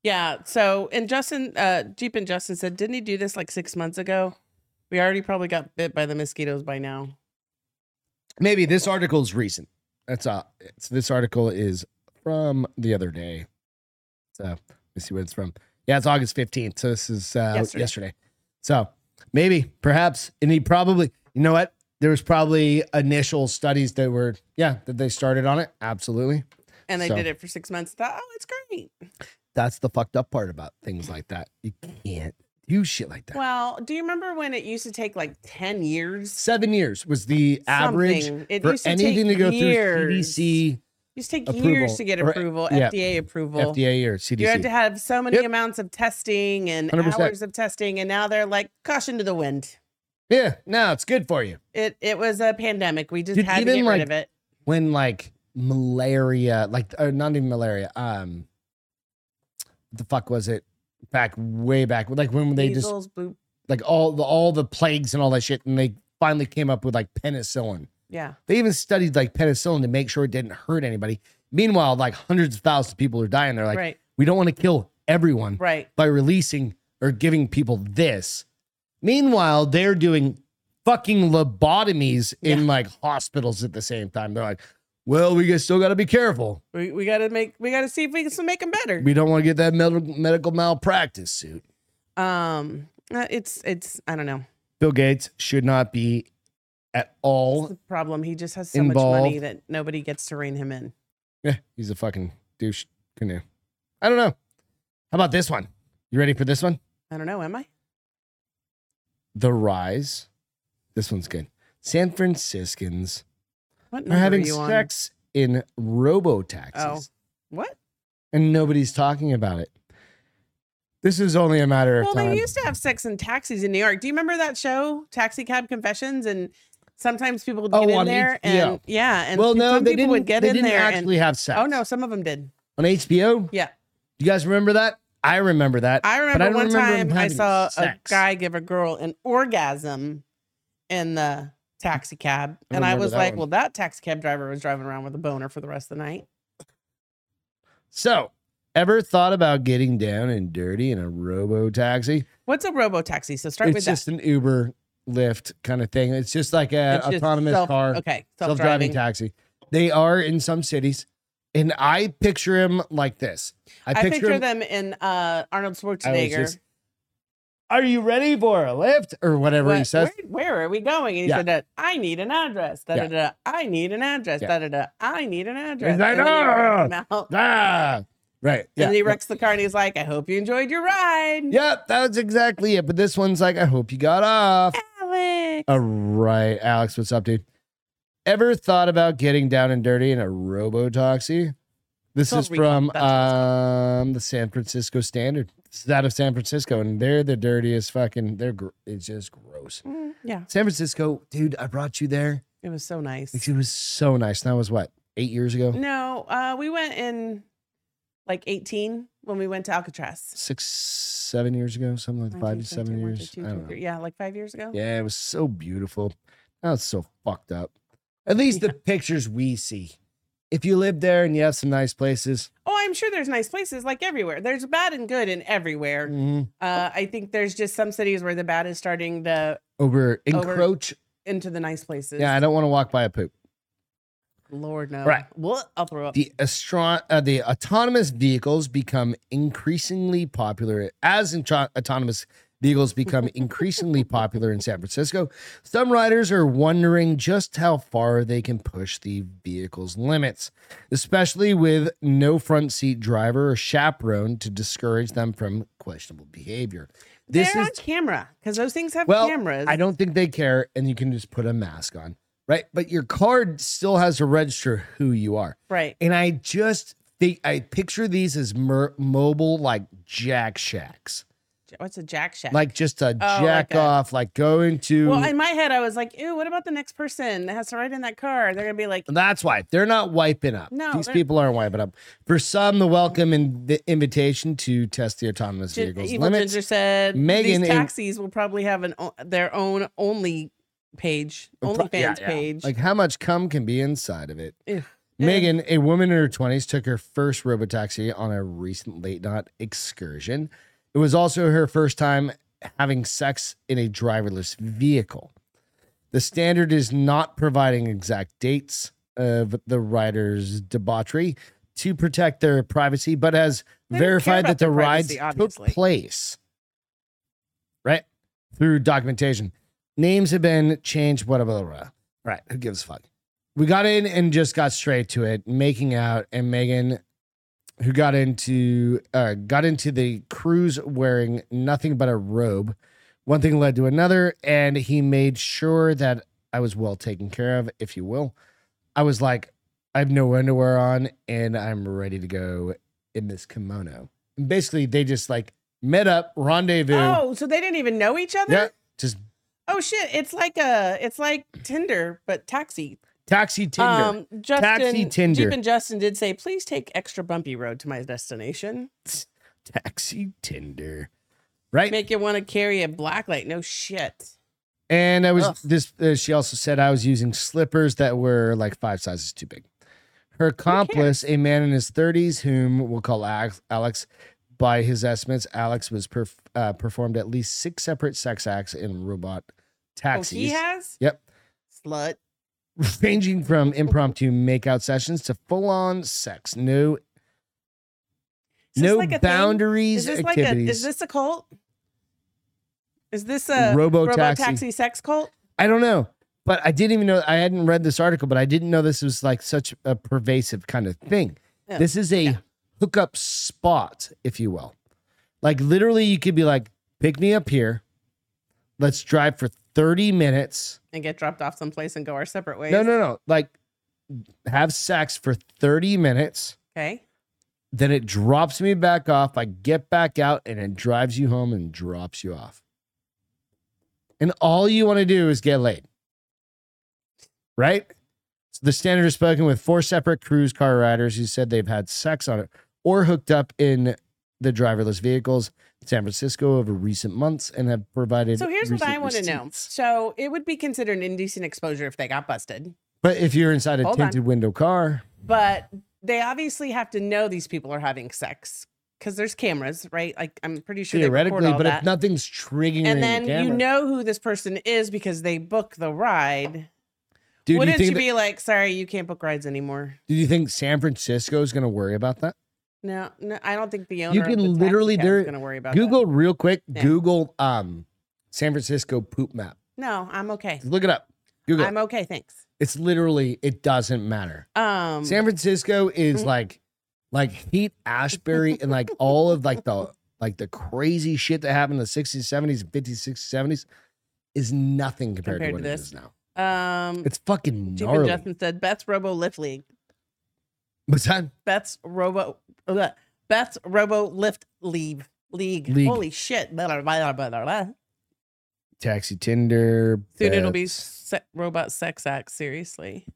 Speaker 3: Yeah. So, and Justin, uh, Jeep and Justin said, didn't he do this like six months ago? We already probably got bit by the mosquitoes by now.
Speaker 1: maybe this article is recent. That's uh it's, this article is from the other day. So let me see what it's from. Yeah, it's August 15th. So this is uh, yesterday.
Speaker 3: Yesterday.
Speaker 1: So maybe, perhaps, and he probably, you know what? There was probably initial studies that were, yeah, that they started on it. Absolutely.
Speaker 3: And they
Speaker 1: So-
Speaker 3: did it for six months. Thought, oh, it's great.
Speaker 1: That's the fucked up part about things like that. You can't do shit like that.
Speaker 3: Well, do you remember when it used to take like 10 years?
Speaker 1: Seven years was the average
Speaker 3: Something. It
Speaker 1: for
Speaker 3: used to
Speaker 1: anything
Speaker 3: take
Speaker 1: to go
Speaker 3: years.
Speaker 1: through CDC,
Speaker 3: used to take
Speaker 1: approval,
Speaker 3: years to get
Speaker 1: or-
Speaker 3: approval,
Speaker 1: yeah,
Speaker 3: FDA approval.
Speaker 1: FDA, or CDC.
Speaker 3: You had to have so many
Speaker 1: Yep.
Speaker 3: amounts of testing and
Speaker 1: 100%.
Speaker 3: hours of testing, and now they're like caution to the wind.
Speaker 1: yeah, no, it's good for you.
Speaker 3: It it was a pandemic. We just
Speaker 1: Dude,
Speaker 3: had to
Speaker 1: even,
Speaker 3: get
Speaker 1: like,
Speaker 3: rid of it.
Speaker 1: when like malaria, like or not even malaria, um, the fuck was it back way back? Like when they just
Speaker 3: Measles, blue,
Speaker 1: like all the all the plagues and all that shit, and they finally came up with like penicillin.
Speaker 3: yeah,
Speaker 1: They even studied like penicillin to make sure it didn't hurt anybody. Meanwhile, like hundreds of thousands of people are dying. They're like,
Speaker 3: right,
Speaker 1: we don't want to kill everyone
Speaker 3: right.
Speaker 1: by releasing or giving people this. Meanwhile, they're doing fucking lobotomies in
Speaker 3: Yeah.
Speaker 1: like hospitals at the same time. They're like, well, we just still got to be careful.
Speaker 3: We, we gotta make we gotta see if we can make them better.
Speaker 1: We don't want to get that medical, medical malpractice suit.
Speaker 3: Um, uh, it's it's I don't know
Speaker 1: Bill Gates should not be at
Speaker 3: It's
Speaker 1: all.
Speaker 3: the problem. He just has so much money
Speaker 1: Involved.
Speaker 3: that nobody gets to rein him in.
Speaker 1: Yeah, he's a fucking douche canoe. I don't know. How about this one? You ready for this one?
Speaker 3: I don't know. Am I?
Speaker 1: The rise. This one's good. San Franciscans
Speaker 3: What
Speaker 1: are
Speaker 3: number
Speaker 1: having
Speaker 3: are you on?
Speaker 1: sex in robo taxis.
Speaker 3: Oh. What?
Speaker 1: and nobody's talking about it. This is only a matter of
Speaker 3: Well,
Speaker 1: time.
Speaker 3: they used to have sex in taxis in New York. Do you remember that show, Taxi Cab Confessions? And sometimes people would
Speaker 1: Oh,
Speaker 3: get in
Speaker 1: on
Speaker 3: there
Speaker 1: HBO.
Speaker 3: and yeah, and
Speaker 1: well,
Speaker 3: pe-
Speaker 1: no,
Speaker 3: some
Speaker 1: they
Speaker 3: people
Speaker 1: didn't.
Speaker 3: would get
Speaker 1: they
Speaker 3: in
Speaker 1: didn't
Speaker 3: there
Speaker 1: actually have sex.
Speaker 3: and oh no, some of them did.
Speaker 1: on HBO.
Speaker 3: Yeah.
Speaker 1: you guys remember that? I remember that.
Speaker 3: I remember
Speaker 1: don't
Speaker 3: one
Speaker 1: remember him
Speaker 3: time I
Speaker 1: having
Speaker 3: saw
Speaker 1: sex.
Speaker 3: a guy give a girl an orgasm in the taxi cab,
Speaker 1: I
Speaker 3: and I
Speaker 1: remember
Speaker 3: was
Speaker 1: that
Speaker 3: like,
Speaker 1: one.
Speaker 3: "Well, that taxi cab driver was driving around with a boner for the rest of the night."
Speaker 1: so, ever thought about getting down and dirty in a robo taxi?
Speaker 3: What's a robo taxi? So start with
Speaker 1: It's just
Speaker 3: that.
Speaker 1: an Uber, Lyft kind of thing. It's just like an
Speaker 3: It's just
Speaker 1: autonomous
Speaker 3: self-
Speaker 1: car,
Speaker 3: Okay,
Speaker 1: self-driving
Speaker 3: self-driving.
Speaker 1: taxi. They are in some cities, and I picture him like this. I
Speaker 3: I
Speaker 1: picture,
Speaker 3: picture
Speaker 1: him
Speaker 3: them in uh, Arnold Schwarzenegger.
Speaker 1: just- Are you ready for a lift or whatever he
Speaker 3: What-
Speaker 1: says?
Speaker 3: Where, where are we going? And he
Speaker 1: Yeah.
Speaker 3: said, that, I need an address. Da,
Speaker 1: Yeah.
Speaker 3: da, da, I need an address.
Speaker 1: Yeah.
Speaker 3: Da, da, da, I need an address.
Speaker 1: like,
Speaker 3: and, then he
Speaker 1: "Ah!"
Speaker 3: wrecks him out.
Speaker 1: Ah, right.
Speaker 3: and
Speaker 1: Yeah.
Speaker 3: then he wrecks the car and he's like, I hope you enjoyed your ride.
Speaker 1: Yep, that's exactly it. But this one's like, I hope you got off.
Speaker 3: Alex.
Speaker 1: All right, Alex, what's up, dude? Ever thought about getting down and dirty in a robo taxi? This
Speaker 3: Don't
Speaker 1: is
Speaker 3: read
Speaker 1: from
Speaker 3: off that text.
Speaker 1: um, the San Francisco Standard. This is out of San Francisco, and they're the dirtiest fucking. They're gr- it's just gross.
Speaker 3: Mm, yeah,
Speaker 1: San Francisco, dude, I brought you there.
Speaker 3: it was so nice.
Speaker 1: It was so nice. And that was what eight years ago,
Speaker 3: No, uh, we went in like 18 when we went to Alcatraz.
Speaker 1: six, seven years ago, something like that, five to
Speaker 3: 19,
Speaker 1: seven
Speaker 3: 21,
Speaker 1: years.
Speaker 3: 22,
Speaker 1: I don't know.
Speaker 3: 23. Yeah, like five years ago.
Speaker 1: Yeah, it was so beautiful. Now it's so fucked up. At least the pictures we see. If you live there and you have some nice places,
Speaker 3: Oh, I'm sure there's nice places like everywhere. There's bad and good in everywhere.
Speaker 1: mhm,
Speaker 3: Uh, I think there's just some cities where the bad is starting to
Speaker 1: over encroach.
Speaker 3: into the nice places.
Speaker 1: Yeah, I don't want to walk by a poop.
Speaker 3: Lord no.
Speaker 1: Right.
Speaker 3: What? I'll throw up.
Speaker 1: The astro- uh, the autonomous vehicles become increasingly popular as intro- autonomous vehicles
Speaker 3: *laughs*
Speaker 1: become increasingly popular in San Francisco. Some riders are wondering just how far they can push the vehicle's limits, especially with no front seat driver or chaperone to discourage them from questionable behavior. This
Speaker 3: They're
Speaker 1: is
Speaker 3: on camera because those things have
Speaker 1: Well,
Speaker 3: cameras.
Speaker 1: I don't think they care and you can just put a mask on, right? But your card still has to register who you are.
Speaker 3: Right.
Speaker 1: And I just They I picture these as mer- mobile like jack shacks,
Speaker 3: J- What's a jack shack?
Speaker 1: like mm just a
Speaker 3: like
Speaker 1: jack
Speaker 3: a-
Speaker 1: off, like go into.
Speaker 3: Oh, well, in my head, I was like, "Ew, what about the next person that has to ride in that car? They're gonna be like,
Speaker 1: And that's why they're not wiping up.
Speaker 3: No,
Speaker 1: These
Speaker 3: they're-
Speaker 1: people aren't wiping up. For some, the welcome and the invitation to test the autonomous
Speaker 3: Gin-
Speaker 1: vehicles
Speaker 3: Evil
Speaker 1: limits.
Speaker 3: Ginger said
Speaker 1: Megan
Speaker 3: these
Speaker 1: in-
Speaker 3: taxis will probably have an o- their own only page, OnlyFans
Speaker 1: Yeah, yeah.
Speaker 3: page.
Speaker 1: Like how much cum can be inside of it?
Speaker 3: Ew.
Speaker 1: Megan, a woman in her 20s, took her first robotaxi on a recent late night excursion. It was also her first time having sex in a driverless vehicle. The standard is not providing exact dates of the rider's debauchery to protect their privacy, but has
Speaker 3: They don't care
Speaker 1: verified
Speaker 3: about
Speaker 1: that the
Speaker 3: their
Speaker 1: rides
Speaker 3: privacy,
Speaker 1: took
Speaker 3: obviously.
Speaker 1: place. Right? Through documentation. Names have been changed, blah, blah, blah, blah. Right. Who gives a fuck? We got in and just got straight to it, making out, and Megan, who got into uh, got into the cruise wearing nothing but a robe. One thing led to another, and he made sure that I was well taken care of, if you will. I was like, I have no underwear on, and I'm ready to go in this kimono. And basically, they just like met up, rendezvous.
Speaker 3: oh, so they didn't even know each other.
Speaker 1: yeah, just
Speaker 3: Oh shit! It's like a it's like Tinder but taxi.
Speaker 1: taxi Tinder.
Speaker 3: Um, Justin,
Speaker 1: Taxi Tinder.
Speaker 3: Jeep and Justin did say, "Please take extra bumpy road to my destination.
Speaker 1: taxi Tinder. Right?
Speaker 3: Make you want to carry a black light. No shit.
Speaker 1: And I was
Speaker 3: Ugh.
Speaker 1: this. Uh, she also said I was using slippers that were like five sizes too big. Her accomplice, a man in his 30s, whom we'll call Alex, Alex by his estimates, Alex was perf- uh, performed at least six separate sex acts in robot
Speaker 3: Oh, he
Speaker 1: taxis.
Speaker 3: has
Speaker 1: yep,
Speaker 3: slut.
Speaker 1: ranging from impromptu makeout sessions to full-on sex. No,
Speaker 3: Is this
Speaker 1: no
Speaker 3: like a thing?
Speaker 1: boundaries.
Speaker 3: Is this like a?
Speaker 1: activities.
Speaker 3: Is this a cult? Is this a
Speaker 1: Robo-taxi.
Speaker 3: robo-taxi sex cult?
Speaker 1: I don't know. But I didn't even know I hadn't read this article, but I didn't know this was like such a pervasive kind of thing.
Speaker 3: Yeah.
Speaker 1: This is a
Speaker 3: Yeah.
Speaker 1: hookup spot, if you will. Like literally you could be like, pick me up here. Let's drive for 30 minutes.
Speaker 3: and get dropped off someplace and go our separate ways.
Speaker 1: No, no, no. Like have sex for 30 minutes.
Speaker 3: Okay.
Speaker 1: Then it drops me back off. I get back out and it drives you home and drops you off. And all you want to do is get laid. Right? So the standard is spoken with four separate cruise car riders who said they've had sex on it or hooked up in the driverless vehicles in San Francisco over recent months and have provided.
Speaker 3: So here's what
Speaker 1: recent
Speaker 3: I want to know.
Speaker 1: receipts.
Speaker 3: So it would be considered indecent exposure if they got busted,
Speaker 1: But if you're inside a
Speaker 3: Hold on.
Speaker 1: tinted window car,
Speaker 3: but they obviously have to know these people are having sex because there's cameras, right? Like I'm pretty sure they record
Speaker 1: theoretically,
Speaker 3: all
Speaker 1: but
Speaker 3: that.
Speaker 1: if nothing's triggering
Speaker 3: and
Speaker 1: the
Speaker 3: then
Speaker 1: camera,
Speaker 3: you know who this person is because they book the ride.
Speaker 1: Dude, you
Speaker 3: Wouldn't
Speaker 1: think
Speaker 3: you,
Speaker 1: that-
Speaker 3: be like, sorry, you can't book rides anymore?
Speaker 1: Do you think San Francisco is going to worry about that?
Speaker 3: No, no, I don't think the owner.
Speaker 1: can
Speaker 3: of the
Speaker 1: literally- there-
Speaker 3: going to worry about that.
Speaker 1: Google real quick.
Speaker 3: Yeah.
Speaker 1: Google um San Francisco poop map.
Speaker 3: No, I'm okay.
Speaker 1: Look it up. Google. it.
Speaker 3: I'm okay, thanks.
Speaker 1: it's literally it doesn't matter.
Speaker 3: Um,
Speaker 1: San Francisco is
Speaker 3: mhm.
Speaker 1: like like Heat Ashbury and like all of like the like the crazy shit that happened in the 60s, 70s, 50s, 60s, 70s is nothing compared, to
Speaker 3: Compared
Speaker 1: what
Speaker 3: to
Speaker 1: it
Speaker 3: this.
Speaker 1: is now.
Speaker 3: um,
Speaker 1: It's fucking
Speaker 3: Jeep and
Speaker 1: gnarly.
Speaker 3: Justin said Beth's Robo Lift League.
Speaker 1: What's that?
Speaker 3: Beth's Robo uh, Beth's Robo Lift League. League.
Speaker 1: League.
Speaker 3: Holy shit. Blah, blah, blah, blah, blah, blah.
Speaker 1: Taxi Tinder.
Speaker 3: Soon it'll be
Speaker 1: Beth's.
Speaker 3: se- robot sex act. Seriously,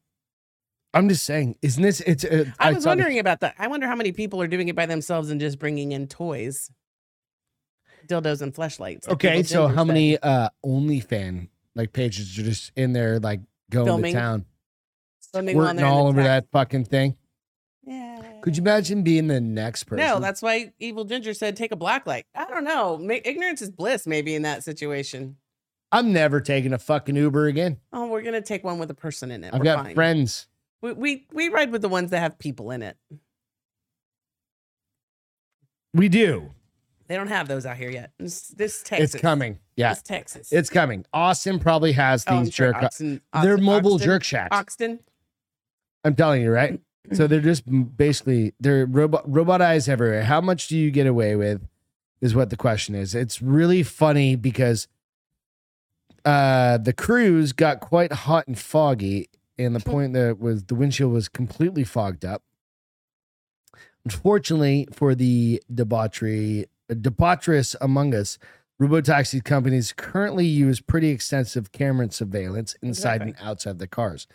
Speaker 1: I'm just saying, isn't this? It's. Uh,
Speaker 3: I, was
Speaker 1: saw the-
Speaker 3: wondering about that. I wonder how many people are doing it by themselves and just bringing in toys, dildos, and fleshlights. like
Speaker 1: Okay,
Speaker 3: Little
Speaker 1: so
Speaker 3: Ginger
Speaker 1: how
Speaker 3: said.
Speaker 1: many uh OnlyFan like pages are just in there like going
Speaker 3: Filming.
Speaker 1: to town,
Speaker 3: Swimming while
Speaker 1: working
Speaker 3: they're in
Speaker 1: all
Speaker 3: the
Speaker 1: over
Speaker 3: tub.
Speaker 1: that fucking thing?
Speaker 3: Yeah.
Speaker 1: Could you imagine being the next person?
Speaker 3: No, that's why Evil Ginger said take a black light. I don't know. Ma- Ignorance is bliss, maybe in that situation.
Speaker 1: I'm never taking a fucking Uber again.
Speaker 3: Oh, we're gonna take one with a person in it.
Speaker 1: I've
Speaker 3: We're
Speaker 1: got
Speaker 3: fine.
Speaker 1: friends.
Speaker 3: We, we we ride with the ones that have people in it.
Speaker 1: We do.
Speaker 3: They don't have those out here yet. This, this Texas,
Speaker 1: It's coming. Yeah,
Speaker 3: This Texas.
Speaker 1: it's coming. Austin probably has
Speaker 3: Oh, I'm
Speaker 1: these
Speaker 3: sure
Speaker 1: jerk.
Speaker 3: Oxen-
Speaker 1: they're
Speaker 3: Oxen-
Speaker 1: mobile
Speaker 3: Oxton-
Speaker 1: jerk shacks.
Speaker 3: Oxton.
Speaker 1: I'm telling you, right? So they're just m- basically they're robot robot eyes everywhere. How much do you get away with is what the question is. It's really funny because uh the cruise got quite hot and foggy and the point that was the windshield was completely fogged up. Unfortunately for the debauchery, uh, debaucherous among us, robotaxi companies currently use pretty extensive camera surveillance inside and outside the cars.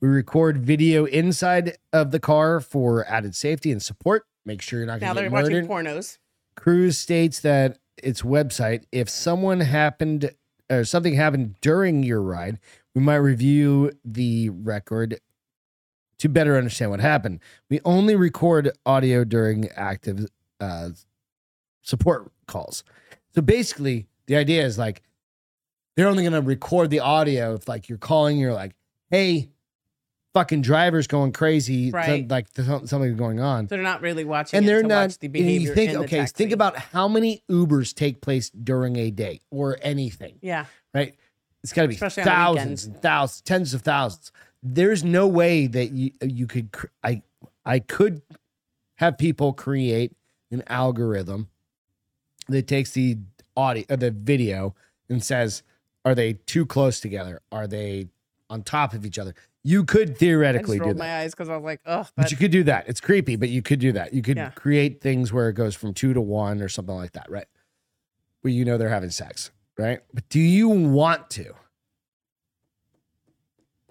Speaker 1: We record video inside of the car for added safety and support. Make sure you're not
Speaker 3: Now
Speaker 1: going to
Speaker 3: they're
Speaker 1: get
Speaker 3: watching
Speaker 1: murdered.
Speaker 3: pornos.
Speaker 1: Cruz states that its website, if someone happened or something happened during your ride, we might review the record to better understand what happened. We only record audio during active uh, support calls. So basically, the idea is like they're only going to record the audio if like you're calling, you're like, hey, fucking driver's going crazy,
Speaker 3: Right.
Speaker 1: like something's going on
Speaker 3: So they're not really watching.
Speaker 1: and
Speaker 3: it
Speaker 1: they're
Speaker 3: to
Speaker 1: not.
Speaker 3: Watch the
Speaker 1: and you
Speaker 3: behavior
Speaker 1: think
Speaker 3: in the
Speaker 1: okay,
Speaker 3: taxi.
Speaker 1: think about how many Ubers take place during a day or anything,
Speaker 3: yeah.
Speaker 1: right? It's got to be
Speaker 3: Especially on the
Speaker 1: thousands and thousands, tens of thousands. There's no way that you you could cr- I I could have people create an algorithm that takes the audio or the video and says are they too close together? Are they on top of each other? You could
Speaker 3: I just
Speaker 1: theoretically do
Speaker 3: rolled
Speaker 1: that.
Speaker 3: my eyes because I was like, oh,
Speaker 1: But you could do that. It's creepy, but you could do that. You could
Speaker 3: Yeah.
Speaker 1: create things where it goes from two to one or something like that, right? Where you know they're having sex, right? But do you want to?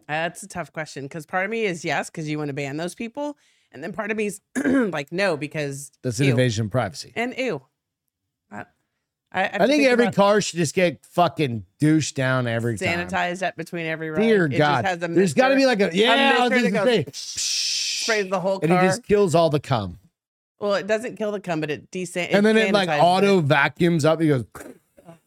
Speaker 3: that's a tough question because part of me is yes because you want to ban those people, and then part of me is *clears throat* like no because
Speaker 1: That's an
Speaker 3: ew.
Speaker 1: invasion of privacy.
Speaker 3: and ew. I, I, have
Speaker 1: I
Speaker 3: to
Speaker 1: think every
Speaker 3: about
Speaker 1: car should just get fucking douched down every time.
Speaker 3: sanitized that between every ride.
Speaker 1: Dear
Speaker 3: It just
Speaker 1: God,
Speaker 3: has a
Speaker 1: there's got to be
Speaker 3: mixer.
Speaker 1: like a yeah. I was
Speaker 3: mixer that
Speaker 1: gonna
Speaker 3: goes
Speaker 1: say,
Speaker 3: sprays the whole
Speaker 1: and it
Speaker 3: car.
Speaker 1: just kills all the cum,
Speaker 3: Well, it doesn't kill the cum, but it desan.
Speaker 1: and then it like
Speaker 3: sanitizes
Speaker 1: auto vacuums up. It goes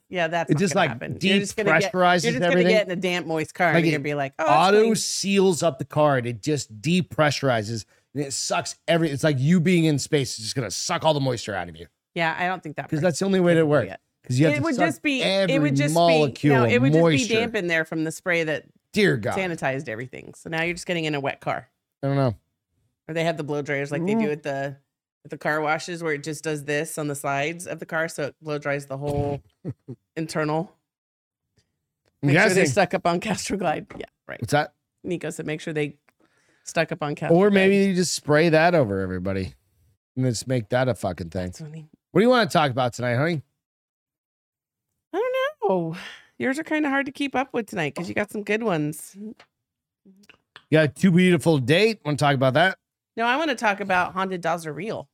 Speaker 3: Yeah, that's
Speaker 1: it
Speaker 3: not
Speaker 1: just
Speaker 3: gonna
Speaker 1: like
Speaker 3: happen. You're just gonna get-
Speaker 1: depressurizes
Speaker 3: You're just
Speaker 1: everything.
Speaker 3: gonna get in a damp, moist car
Speaker 1: Like
Speaker 3: and
Speaker 1: it
Speaker 3: you're gonna be like, oh, that's
Speaker 1: auto
Speaker 3: clean.
Speaker 1: seals up the car and it just depressurizes and it sucks every it's like you being in space is just gonna suck all the moisture out of you
Speaker 3: Yeah, I don't think that
Speaker 1: because
Speaker 3: part's
Speaker 1: that's the only way to
Speaker 3: capable
Speaker 1: work
Speaker 3: yet.
Speaker 1: because you have
Speaker 3: it
Speaker 1: to
Speaker 3: would
Speaker 1: suck
Speaker 3: just be
Speaker 1: every
Speaker 3: it would just be
Speaker 1: molecule
Speaker 3: no, it would
Speaker 1: of moisture
Speaker 3: just be damp in there from the spray that
Speaker 1: dear god
Speaker 3: sanitized everything. So now you're just getting in a wet car.
Speaker 1: i don't know
Speaker 3: Or they have the blow dryers like they
Speaker 1: Mm.
Speaker 3: do at the at the car washes where it just does this on the sides of the car so it blow dries
Speaker 1: *laughs*
Speaker 3: the whole internal.
Speaker 1: I'm
Speaker 3: Make sure they
Speaker 1: guessing-
Speaker 3: stuck up on Castro Glide. Yeah, right.
Speaker 1: what's that
Speaker 3: Nico said make sure they stuck up on Castro
Speaker 1: or
Speaker 3: Glide.
Speaker 1: maybe you just spray that over everybody and just make that a fucking thing
Speaker 3: That's funny.
Speaker 1: what do you want to talk about tonight honey
Speaker 3: I don't know. Yours are kind of hard to keep up with tonight because you got some good ones.
Speaker 1: you got a too beautiful date want to talk about that
Speaker 3: No, I want to talk about haunted dolls are real.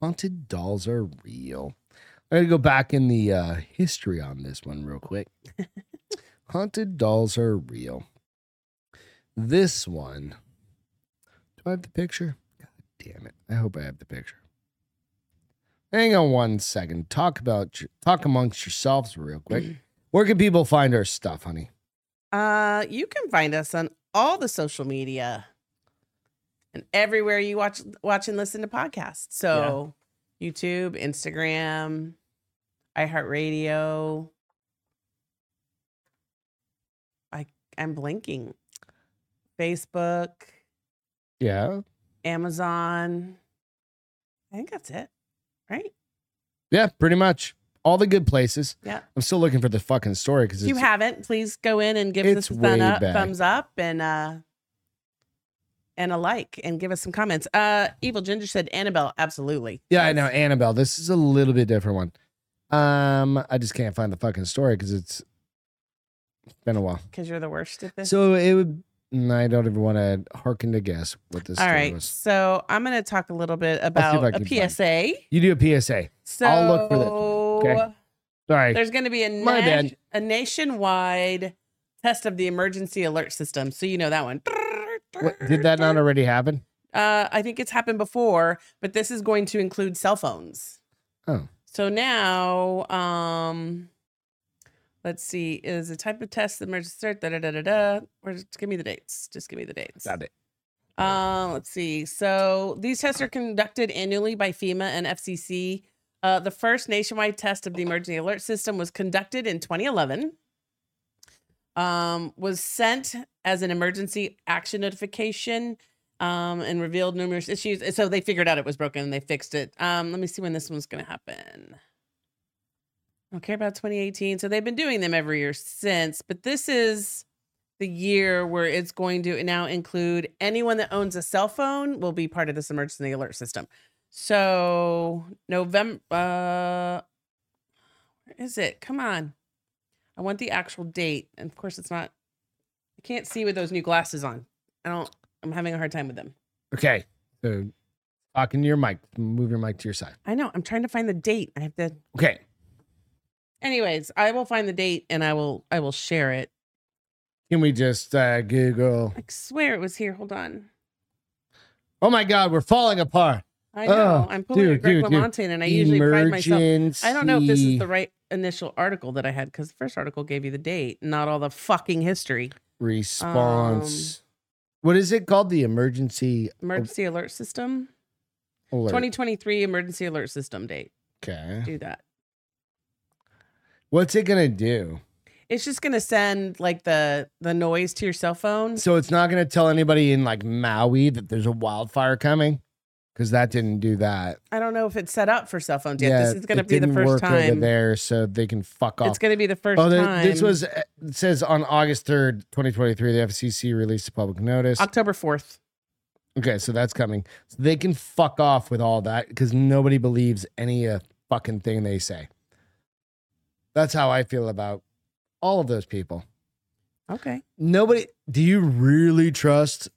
Speaker 1: haunted dolls are real. I gotta go back in the uh, history on this one real
Speaker 3: *laughs*
Speaker 1: quick. haunted dolls are real. This one. Do I have the picture? God damn it! I hope I have the picture. Hang on one second. Talk about your, talk amongst yourselves real
Speaker 3: *clears throat*
Speaker 1: quick. Where can people find our stuff, honey?
Speaker 3: Uh, you can find us on all the social media and everywhere you watch, watch and listen to podcasts. So, YouTube, Instagram, iHeartRadio. I I'm blinking. Facebook,
Speaker 1: Yeah,
Speaker 3: Amazon. I think that's it, right?
Speaker 1: yeah, pretty much all the good places.
Speaker 3: Yeah.
Speaker 1: I'm still looking for the fucking story because
Speaker 3: If you haven't, please go in and give
Speaker 1: It's
Speaker 3: this a thumb
Speaker 1: way
Speaker 3: up,
Speaker 1: back.
Speaker 3: thumbs up and uh and a like and give us some comments. Uh Evil Ginger said Annabelle, absolutely.
Speaker 1: Yeah, I know Annabelle. This is a little bit different one. Um, I just can't find the fucking story because it's been a while.
Speaker 3: Because you're the worst at this.
Speaker 1: So it would. and I don't even want to hearken to guess what this
Speaker 3: All
Speaker 1: story
Speaker 3: right.
Speaker 1: was.
Speaker 3: So I'm gonna talk a little bit about
Speaker 1: I
Speaker 3: a
Speaker 1: can find it.
Speaker 3: PSA.
Speaker 1: You do a PSA.
Speaker 3: So
Speaker 1: I'll look for this one, okay? Sorry.
Speaker 3: there's gonna be a
Speaker 1: My
Speaker 3: nat-
Speaker 1: bad.
Speaker 3: a nationwide test of the emergency alert system. So you know that one.
Speaker 1: What- did that not already happen?
Speaker 3: Uh, I think it's happened before, but this is going to include cell phones.
Speaker 1: Oh.
Speaker 3: So now, um, let's see, is a type of test the emergency alert, da da da da da. Or just give me the dates. Just give me the dates.
Speaker 1: Got it.
Speaker 3: Um, let's see. So these tests are conducted annually by FEMA and FCC. Uh, the first nationwide test of the emergency alert system was conducted in 2011. Um, was sent as an emergency action notification um, and revealed numerous issues. So they figured out it was broken and they fixed it. Um, let me see when this one's going to happen. Okay, about 2018. So they've been doing them every year since, but this is the year where it's going to now include anyone that owns a cell phone will be part of this emergency alert system. So November, uh, where is it? Come on, I want the actual date. And of course, it's not. I can't see with those new glasses on. I don't. I'm having a hard time with them.
Speaker 1: Okay. So talking to your mic. Move your mic to your side.
Speaker 3: I know. I'm trying to find the date. I have to.
Speaker 1: Okay.
Speaker 3: Anyways, I will find the date and I will. I will share it.
Speaker 1: Can we just uh, Google?
Speaker 3: I swear it was here. Hold on.
Speaker 1: Oh my God, we're falling apart.
Speaker 3: I
Speaker 1: Oh,
Speaker 3: know. I'm pulling a
Speaker 1: dude,
Speaker 3: Greg
Speaker 1: dude, dude.
Speaker 3: LaMontagne, and I usually pride myself. I don't know if this is the
Speaker 1: Emergency
Speaker 3: right initial article that I had because the first article gave you the date, not all the fucking history.
Speaker 1: response. what is it called? The emergency
Speaker 3: Emergency alert system.
Speaker 1: alert.
Speaker 3: 2023 emergency alert system date.
Speaker 1: okay.
Speaker 3: Do that.
Speaker 1: What's it gonna do?
Speaker 3: It's just gonna send like the the noise to your cell phone.
Speaker 1: So it's not gonna tell anybody in like Maui that there's a wildfire coming, because that didn't do that.
Speaker 3: I don't know if it's set up for cell phones yet. this is gonna
Speaker 1: it
Speaker 3: be the
Speaker 1: didn't
Speaker 3: first
Speaker 1: work over
Speaker 3: time.
Speaker 1: there, so they can fuck off.
Speaker 3: It's gonna be the first
Speaker 1: Oh, the,
Speaker 3: time.
Speaker 1: this was uh, it says on August third, twenty twenty three. The FCC released a public notice.
Speaker 3: October fourth.
Speaker 1: Okay, so that's coming. So they can fuck off with all that because nobody believes any uh, fucking thing they say. That's how I feel about all of those people.
Speaker 3: Okay.
Speaker 1: Nobody. Do you really trust?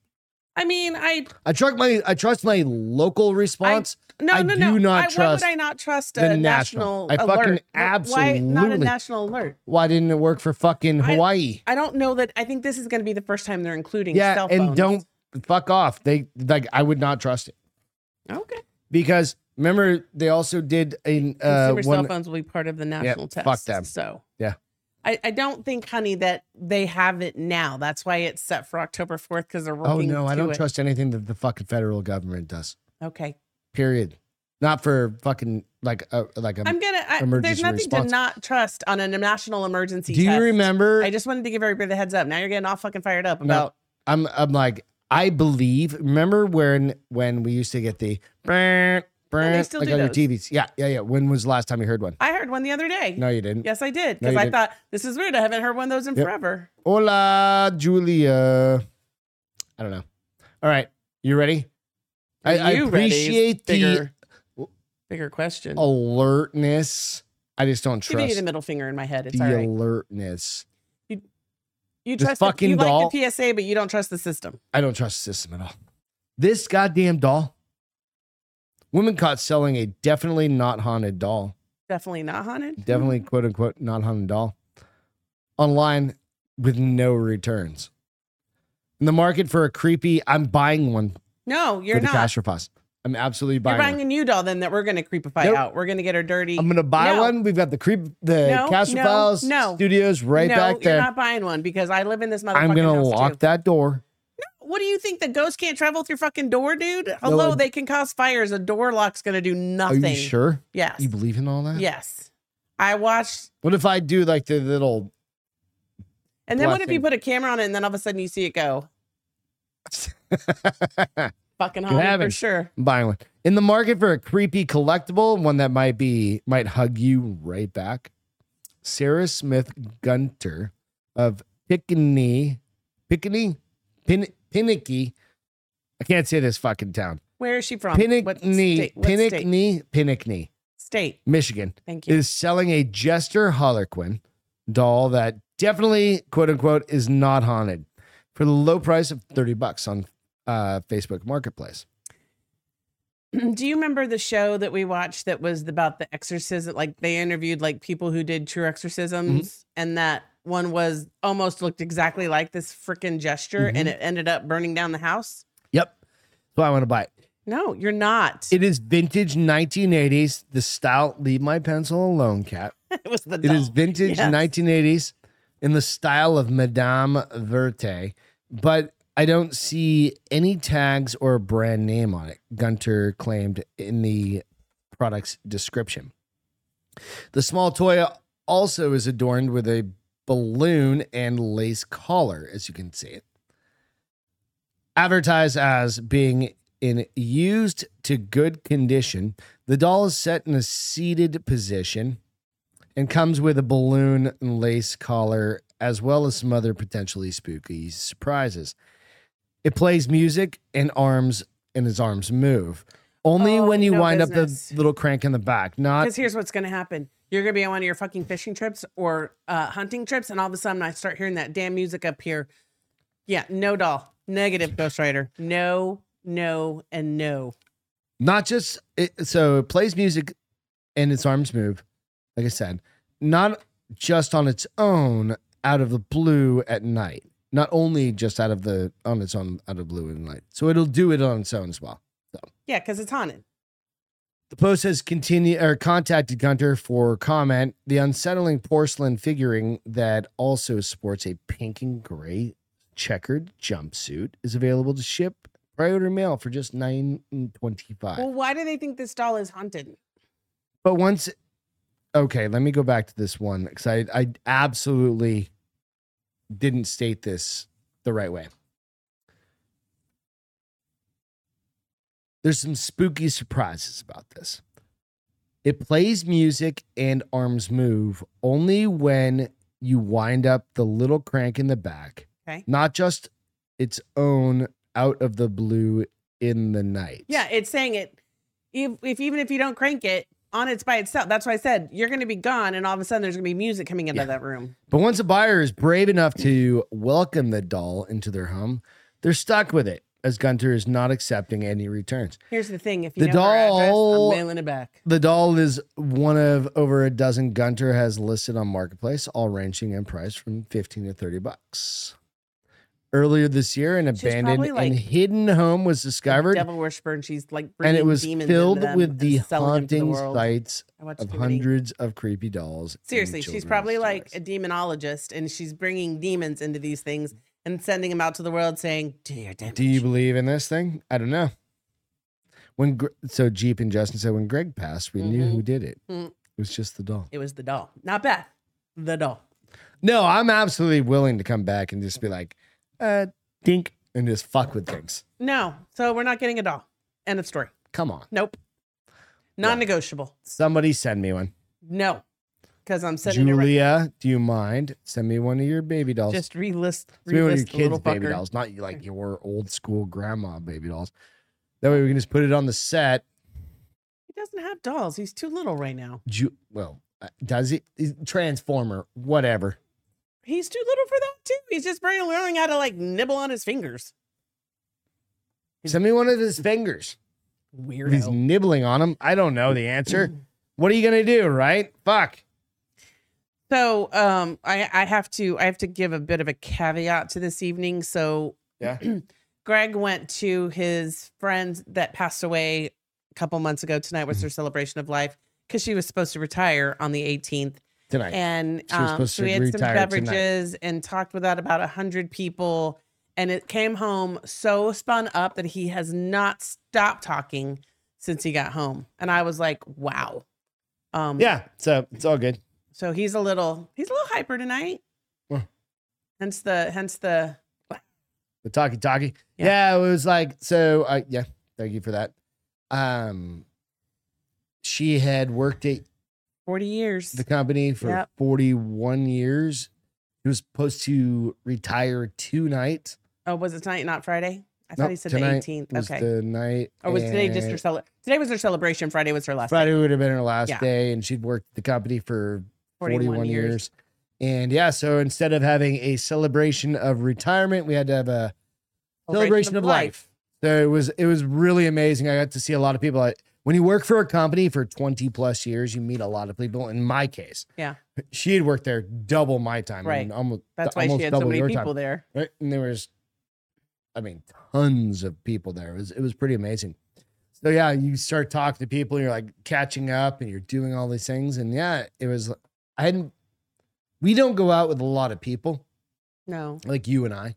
Speaker 3: I mean, I
Speaker 1: I trust my. I trust my local response.
Speaker 3: no
Speaker 1: I
Speaker 3: no
Speaker 1: do
Speaker 3: no.
Speaker 1: not
Speaker 3: I,
Speaker 1: trust
Speaker 3: why would I not trust
Speaker 1: the
Speaker 3: a
Speaker 1: national.
Speaker 3: national,
Speaker 1: I fucking
Speaker 3: alert? Wh- Why not a
Speaker 1: absolutely-
Speaker 3: national alert?
Speaker 1: Why didn't it work for fucking
Speaker 3: I-
Speaker 1: Hawaii?
Speaker 3: I don't know that. I think this is going to be the first time they're including
Speaker 1: yeah,
Speaker 3: cell phones.
Speaker 1: and don't fuck off. They like. I would not trust it
Speaker 3: Okay.
Speaker 1: because remember they also did in uh,
Speaker 3: Consumer
Speaker 1: one
Speaker 3: cell phones will be part of the national
Speaker 1: fuck
Speaker 3: test.
Speaker 1: them.
Speaker 3: So
Speaker 1: Yeah.
Speaker 3: I, I don't think, honey, that they have it now. That's why it's set for October fourth because they're
Speaker 1: Oh
Speaker 3: working.
Speaker 1: no, I
Speaker 3: to
Speaker 1: don't
Speaker 3: it.
Speaker 1: trust anything that the fucking federal government does.
Speaker 3: Okay,
Speaker 1: Period. Not for fucking like a like a.
Speaker 3: I'm gonna. I, there's
Speaker 1: Emergency
Speaker 3: nothing
Speaker 1: response.
Speaker 3: to not trust on a national emergency.
Speaker 1: Do you
Speaker 3: test.
Speaker 1: remember?
Speaker 3: I just wanted to give everybody the heads up. Now you're getting all fucking fired up
Speaker 1: No.
Speaker 3: about.
Speaker 1: I'm I'm like I believe. Remember when when we used to get the brr, brr,
Speaker 3: still
Speaker 1: like
Speaker 3: do
Speaker 1: on your
Speaker 3: those.
Speaker 1: TVs? Yeah, yeah, yeah. When was the last time you heard one?
Speaker 3: I heard one the other day.
Speaker 1: No, you didn't.
Speaker 3: Yes, I did
Speaker 1: No,
Speaker 3: because
Speaker 1: you
Speaker 3: I
Speaker 1: didn't.
Speaker 3: thought this is weird. I haven't heard one of those in
Speaker 1: Yep.
Speaker 3: forever.
Speaker 1: Hola, Julia. I don't know. All right, you ready? I, I
Speaker 3: Are you ready? It's
Speaker 1: appreciate the
Speaker 3: bigger, bigger question.
Speaker 1: alertness. I just don't
Speaker 3: Give me the
Speaker 1: trust
Speaker 3: middle finger in my head. It's
Speaker 1: the
Speaker 3: all right.
Speaker 1: alertness.
Speaker 3: You
Speaker 1: the
Speaker 3: trust the,
Speaker 1: fucking
Speaker 3: you
Speaker 1: doll.
Speaker 3: like the PSA, but you don't trust the system.
Speaker 1: I don't trust the system at all. This goddamn doll. Women caught selling a definitely not haunted doll,
Speaker 3: Definitely not haunted.
Speaker 1: definitely quote unquote not haunted doll, online with no returns. In the market for a creepy, I'm buying one
Speaker 3: No, you're
Speaker 1: for the
Speaker 3: not.
Speaker 1: cash repos. I'm absolutely
Speaker 3: You're
Speaker 1: buying.
Speaker 3: buying
Speaker 1: one.
Speaker 3: a new doll then that we're gonna creepify
Speaker 1: Nope.
Speaker 3: out. We're gonna get her dirty.
Speaker 1: I'm gonna buy
Speaker 3: No.
Speaker 1: one. We've got the creep, the
Speaker 3: No,
Speaker 1: cash
Speaker 3: no,
Speaker 1: repos
Speaker 3: no.
Speaker 1: studios right
Speaker 3: no,
Speaker 1: back
Speaker 3: you're
Speaker 1: there.
Speaker 3: not buying one because I live in this motherfucking
Speaker 1: I'm gonna
Speaker 3: house
Speaker 1: lock
Speaker 3: too.
Speaker 1: that door.
Speaker 3: What do you think? The ghost can't travel through fucking door, dude. Hello,
Speaker 1: I-
Speaker 3: they can cause fires. A door lock's gonna do nothing.
Speaker 1: Are you sure?
Speaker 3: Yes.
Speaker 1: You believe in all that?
Speaker 3: Yes. I watched
Speaker 1: What if I do like the little
Speaker 3: and then what if you
Speaker 1: Blessing.
Speaker 3: put a camera on it and then all of a sudden you see
Speaker 1: *laughs*
Speaker 3: it go? Fucking haunted for
Speaker 1: heavens.
Speaker 3: sure.
Speaker 1: I'm buying one. In the market for a creepy collectible, one that might be might hug you right back. Sarah Smith Gunter of Pickney, Pickney, Pin, Pinnicky. I can't say this fucking town.
Speaker 3: Where is she from? Um, What
Speaker 1: Pinnickney,
Speaker 3: state? What state?
Speaker 1: Pinnickney, Pinnickney,
Speaker 3: State.
Speaker 1: Michigan
Speaker 3: Thank you.
Speaker 1: is selling a Jester Harlequin doll that definitely, quote unquote, is not haunted for the low price of 30 bucks on uh, Facebook Marketplace.
Speaker 3: *clears throat* Do you remember the show that we watched that was about the exorcism? Like they interviewed like people who did true exorcisms,
Speaker 1: Mm-hmm.
Speaker 3: and that one was almost looked exactly like this freaking gesture,
Speaker 1: Mm-hmm.
Speaker 3: and it ended up burning down the house.
Speaker 1: Yep. So I want to buy it.
Speaker 3: No, you're not. *laughs* It,
Speaker 1: It is vintage 1980s. The style, leave my pencil alone, cat.
Speaker 3: was the.
Speaker 1: It is
Speaker 3: doll.
Speaker 1: vintage
Speaker 3: Yes.
Speaker 1: 1980s in the style of Madame Verte, but I don't see any tags or a brand name on it, Gunter claimed in the product's description. The small toy also is adorned with a balloon and lace collar, as you can see it. Advertised as being in used to good condition, the doll is set in a seated position and comes with a balloon and lace collar, as well as some other potentially spooky surprises. It plays music and arms and his arms move. Only
Speaker 3: Oh,
Speaker 1: when you
Speaker 3: no
Speaker 1: wind up
Speaker 3: business.
Speaker 1: the little crank in the back. Not
Speaker 3: Because here's what's going to happen. You're going to be on one of your fucking fishing trips or uh, hunting trips, and all of a sudden I start hearing that damn music up here. Yeah, no doll. Negative Ghost Rider. No, no, and no.
Speaker 1: not just it, so it plays music and its arms move like i said not just on its own out of the blue at night not only just out of the on its own out of blue at night so it'll do it on its own as well
Speaker 3: Yeah, because it's haunted.
Speaker 1: the post has continued or contacted Gunter for comment. The unsettling porcelain figuring that also sports a pink and gray checkered jumpsuit is available to ship priority mail for just nine twenty five.
Speaker 3: Well, why do they think this doll is haunted?
Speaker 1: But once, okay, let me go back to this one because I, I absolutely didn't state this the right way. There's some spooky surprises about this. It plays music and arms move only when you wind up the little crank in the back,
Speaker 3: Okay.
Speaker 1: not just its own out of the blue in the night.
Speaker 3: Yeah, it's saying it. If, if even if you don't crank it on its by itself, that's why I said you're going to be gone, and all of a sudden there's going to be music coming out
Speaker 1: Yeah.
Speaker 3: of that room.
Speaker 1: But once a buyer is brave enough to welcome the doll into their home, they're stuck with it as Gunter is not accepting any returns.
Speaker 3: Here's the thing: if you
Speaker 1: The
Speaker 3: know our address,
Speaker 1: doll-
Speaker 3: I'm mailing it back.
Speaker 1: The doll is one of over a dozen Gunter has listed on Marketplace, all ranging in price from 15 to 30 bucks. Earlier this year, an
Speaker 3: She's
Speaker 1: abandoned
Speaker 3: probably like
Speaker 1: and hidden home was discovered,
Speaker 3: Devil worshiper, and she's like,
Speaker 1: and it
Speaker 3: bringing
Speaker 1: was
Speaker 3: demons into
Speaker 1: filled
Speaker 3: them
Speaker 1: with
Speaker 3: and
Speaker 1: the
Speaker 3: selling them to
Speaker 1: haunting
Speaker 3: world.
Speaker 1: sights
Speaker 3: I watched
Speaker 1: of
Speaker 3: too many.
Speaker 1: hundreds of creepy dolls. and
Speaker 3: Seriously, she's
Speaker 1: children's
Speaker 3: probably like
Speaker 1: toys.
Speaker 3: a demonologist and she's bringing demons into these things and sending them out to the world saying, Do your damage.
Speaker 1: Do you believe in this thing? I don't know. When Gr- so Jeep and Justin said when Greg passed, we knew who did it.
Speaker 3: Mm.
Speaker 1: It was just the doll.
Speaker 3: it was the doll, not Beth, the doll.
Speaker 1: No, I'm absolutely willing to come back and just be like, uh, dink, and just fuck with things.
Speaker 3: No, so we're not getting a doll. End of story.
Speaker 1: Come on,
Speaker 3: Nope. Non negotiable.
Speaker 1: somebody send me one.
Speaker 3: No, because I'm sending it right.
Speaker 1: Julia, do you mind? Send me one of your baby dolls.
Speaker 3: Just relist,
Speaker 1: Send me one of your
Speaker 3: relist the
Speaker 1: kids'
Speaker 3: little
Speaker 1: baby
Speaker 3: fucker.
Speaker 1: dolls, not like your old school grandma baby dolls. That way we can just put it on the set.
Speaker 3: He doesn't have dolls. He's too little right now.
Speaker 1: Ju- well, uh, does it? Transformer, whatever.
Speaker 3: He's too little for that too. He's just barely learning how to like nibble on his fingers.
Speaker 1: Send me one of his fingers. If he's
Speaker 3: Weirdo.
Speaker 1: nibbling on him. I don't know the
Speaker 3: *clears throat*
Speaker 1: answer. what are you gonna do, right? Fuck.
Speaker 3: So um I, I have to I have to give a bit of a caveat to this evening. So
Speaker 1: Yeah.
Speaker 3: Greg went to his friend that passed away a couple months ago tonight
Speaker 1: Mm-hmm.
Speaker 3: was her celebration of life because she was supposed to retire on the 18th.
Speaker 1: *clears throat* Tonight.
Speaker 3: And
Speaker 1: She was
Speaker 3: um,
Speaker 1: supposed
Speaker 3: so
Speaker 1: to
Speaker 3: we had some
Speaker 1: retire tonight.
Speaker 3: beverages and talked with that about 100 people. And it came home so spun up that he has not stopped talking since he got home. And I was like, wow. Um,
Speaker 1: yeah, so it's all good.
Speaker 3: so he's a little he's a little hyper tonight.
Speaker 1: Huh.
Speaker 3: Hence the hence the
Speaker 1: The talkie talkie. Yeah.
Speaker 3: Yeah.
Speaker 1: it was like so uh, yeah, thank you for that. Um she had worked at
Speaker 3: 40 years.
Speaker 1: the company for
Speaker 3: Yep.
Speaker 1: 41 years. She was supposed to retire tonight.
Speaker 3: oh, was it tonight, not Friday? I
Speaker 1: Nope,
Speaker 3: thought he said the
Speaker 1: tonight
Speaker 3: 18th.
Speaker 1: was
Speaker 3: Okay.
Speaker 1: the night.
Speaker 3: or was today just
Speaker 1: and-
Speaker 3: her cele- today was her celebration. Friday was her last day.
Speaker 1: Friday would have been her last
Speaker 3: Yeah.
Speaker 1: day, and she'd worked at the company for 41, years. And yeah, so instead of having a celebration of retirement, we had to have a celebration of life. So it was it was really amazing. I got to see a lot of people. I, when you work for a company for 20 plus years, you meet a lot of people. In my case,
Speaker 3: Yeah.
Speaker 1: she had worked there double my time.
Speaker 3: Right.
Speaker 1: And almost,
Speaker 3: That's why
Speaker 1: almost
Speaker 3: she had so
Speaker 1: double
Speaker 3: many
Speaker 1: your
Speaker 3: people
Speaker 1: time.
Speaker 3: there.
Speaker 1: Right? And there was, I mean, tons of people there. It was it was pretty amazing. So yeah, you start talking to people, you're like catching up, and you're doing all these things. And yeah, it was. I hadn't. We don't go out with a lot of people
Speaker 3: No.
Speaker 1: like you and I,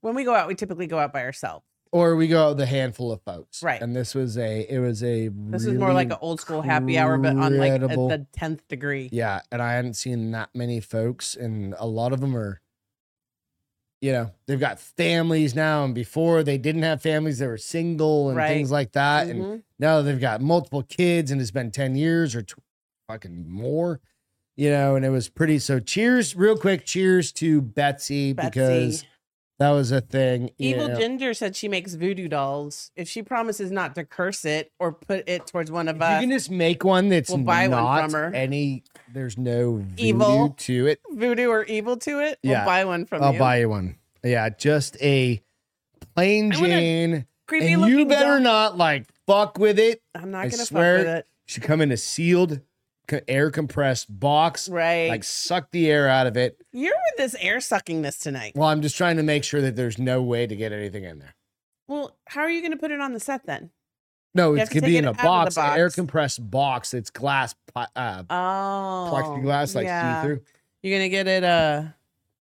Speaker 3: When we go out, we typically go out by ourselves.
Speaker 1: or we go out with a handful of folks.
Speaker 3: Right.
Speaker 1: And this was a. It was a.
Speaker 3: This is more like an old school happy hour, but on like at
Speaker 1: incredible-
Speaker 3: the tenth degree.
Speaker 1: Yeah, and I hadn't seen that many folks, and a lot of them are, you know, they've got families now, and before they didn't have families, they were single and
Speaker 3: Right.
Speaker 1: things like that, and
Speaker 3: Mhm.
Speaker 1: now they've got multiple kids, and it's been ten years or tw- fucking more, you know, and it was pretty. So, cheers, real quick, cheers to Betsy,
Speaker 3: Betsy.
Speaker 1: because That was a thing.
Speaker 3: Evil
Speaker 1: yeah.
Speaker 3: Ginger said she makes voodoo dolls. If she promises not to curse it or put it towards one
Speaker 1: If
Speaker 3: of
Speaker 1: you
Speaker 3: us,
Speaker 1: can just make one that's
Speaker 3: We'll buy one
Speaker 1: not
Speaker 3: from her.
Speaker 1: any. There's no
Speaker 3: Evil.
Speaker 1: evil to it.
Speaker 3: voodoo or evil to it,
Speaker 1: Yeah.
Speaker 3: we'll buy one from
Speaker 1: I'll
Speaker 3: you.
Speaker 1: buy you one. Yeah, just a plain
Speaker 3: I wanna-
Speaker 1: Jane,
Speaker 3: Creepy
Speaker 1: and
Speaker 3: looking
Speaker 1: you better
Speaker 3: doll.
Speaker 1: not like fuck with it.
Speaker 3: I'm not
Speaker 1: I
Speaker 3: gonna
Speaker 1: swear-
Speaker 3: fuck with it.
Speaker 1: Should come in a sealed, co- air compressed box.
Speaker 3: Right.
Speaker 1: Like suck the air out of it.
Speaker 3: You're with this air suckingness tonight.
Speaker 1: Well, I'm just trying to make sure that there's no way to get anything in there.
Speaker 3: Well, how are you gonna put it on the set then?
Speaker 1: No,
Speaker 3: You
Speaker 1: it
Speaker 3: have to
Speaker 1: could
Speaker 3: take
Speaker 1: be in
Speaker 3: it
Speaker 1: a
Speaker 3: out of the
Speaker 1: box, an air
Speaker 3: box.
Speaker 1: compressed box. It's glass, pla- uh,
Speaker 3: Oh,
Speaker 1: plexiglass, like
Speaker 3: yeah.
Speaker 1: see through.
Speaker 3: You're gonna get it. Uh,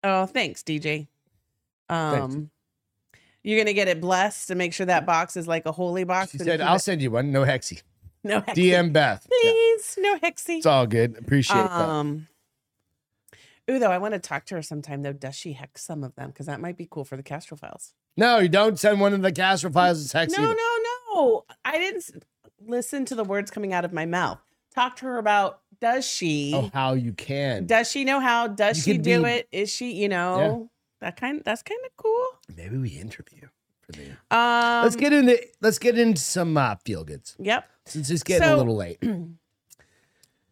Speaker 3: oh, thanks, DJ. Um,
Speaker 1: Thanks.
Speaker 3: you're gonna get it blessed and make sure that box is like a holy box.
Speaker 1: She
Speaker 3: and
Speaker 1: said,
Speaker 3: keep
Speaker 1: "I'll
Speaker 3: it-
Speaker 1: send you one. No hexy.
Speaker 3: no *laughs* hexy.
Speaker 1: DM
Speaker 3: *laughs*
Speaker 1: Beth. Yeah,
Speaker 3: please, no hexy.
Speaker 1: it's all good. Appreciate that.
Speaker 3: Um, ooh, though I want to talk to her sometime. Though, does she hex some of them? Because that might be cool for the Castro files.
Speaker 1: No, you don't send one of the Castro files. It's hexy.
Speaker 3: No, no, no. I didn't s- listen to the words coming out of my mouth. Talk to her about does she
Speaker 1: Oh, how you can?
Speaker 3: does she know how? Does
Speaker 1: You
Speaker 3: she
Speaker 1: could
Speaker 3: do
Speaker 1: be-
Speaker 3: it? Is she, you know, that kind that's kind of cool.
Speaker 1: Maybe we interview for the.
Speaker 3: Um
Speaker 1: let's get into let's get into some uh, feel goods
Speaker 3: Yep.
Speaker 1: since it's getting
Speaker 3: So-
Speaker 1: a little late.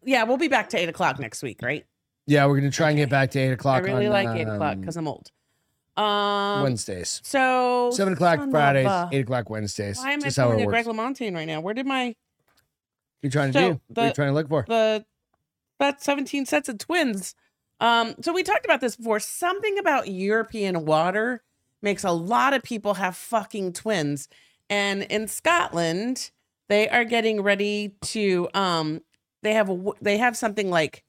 Speaker 3: Yeah, we'll be back to eight o'clock next week, right?
Speaker 1: Yeah, we're gonna try and get back to eight o'clock.
Speaker 3: I really
Speaker 1: on,
Speaker 3: like eight o'clock
Speaker 1: um,
Speaker 3: because I'm old. Um
Speaker 1: Wednesdays,
Speaker 3: so
Speaker 1: seven o'clock
Speaker 3: son of
Speaker 1: Fridays,
Speaker 3: a-
Speaker 1: eight o'clock Wednesdays.
Speaker 3: Why am I
Speaker 1: Just how
Speaker 3: feeling
Speaker 1: it
Speaker 3: like Greg
Speaker 1: works.
Speaker 3: LaMontagne right now? Where did my
Speaker 1: You're trying to
Speaker 3: So,
Speaker 1: do. What are
Speaker 3: the-
Speaker 1: you trying to look for?
Speaker 3: the about 17 sets of twins. Um, so we talked about this before. Something about European water makes a lot of people have fucking twins. And in Scotland, they are getting ready to um they have a w- they have something like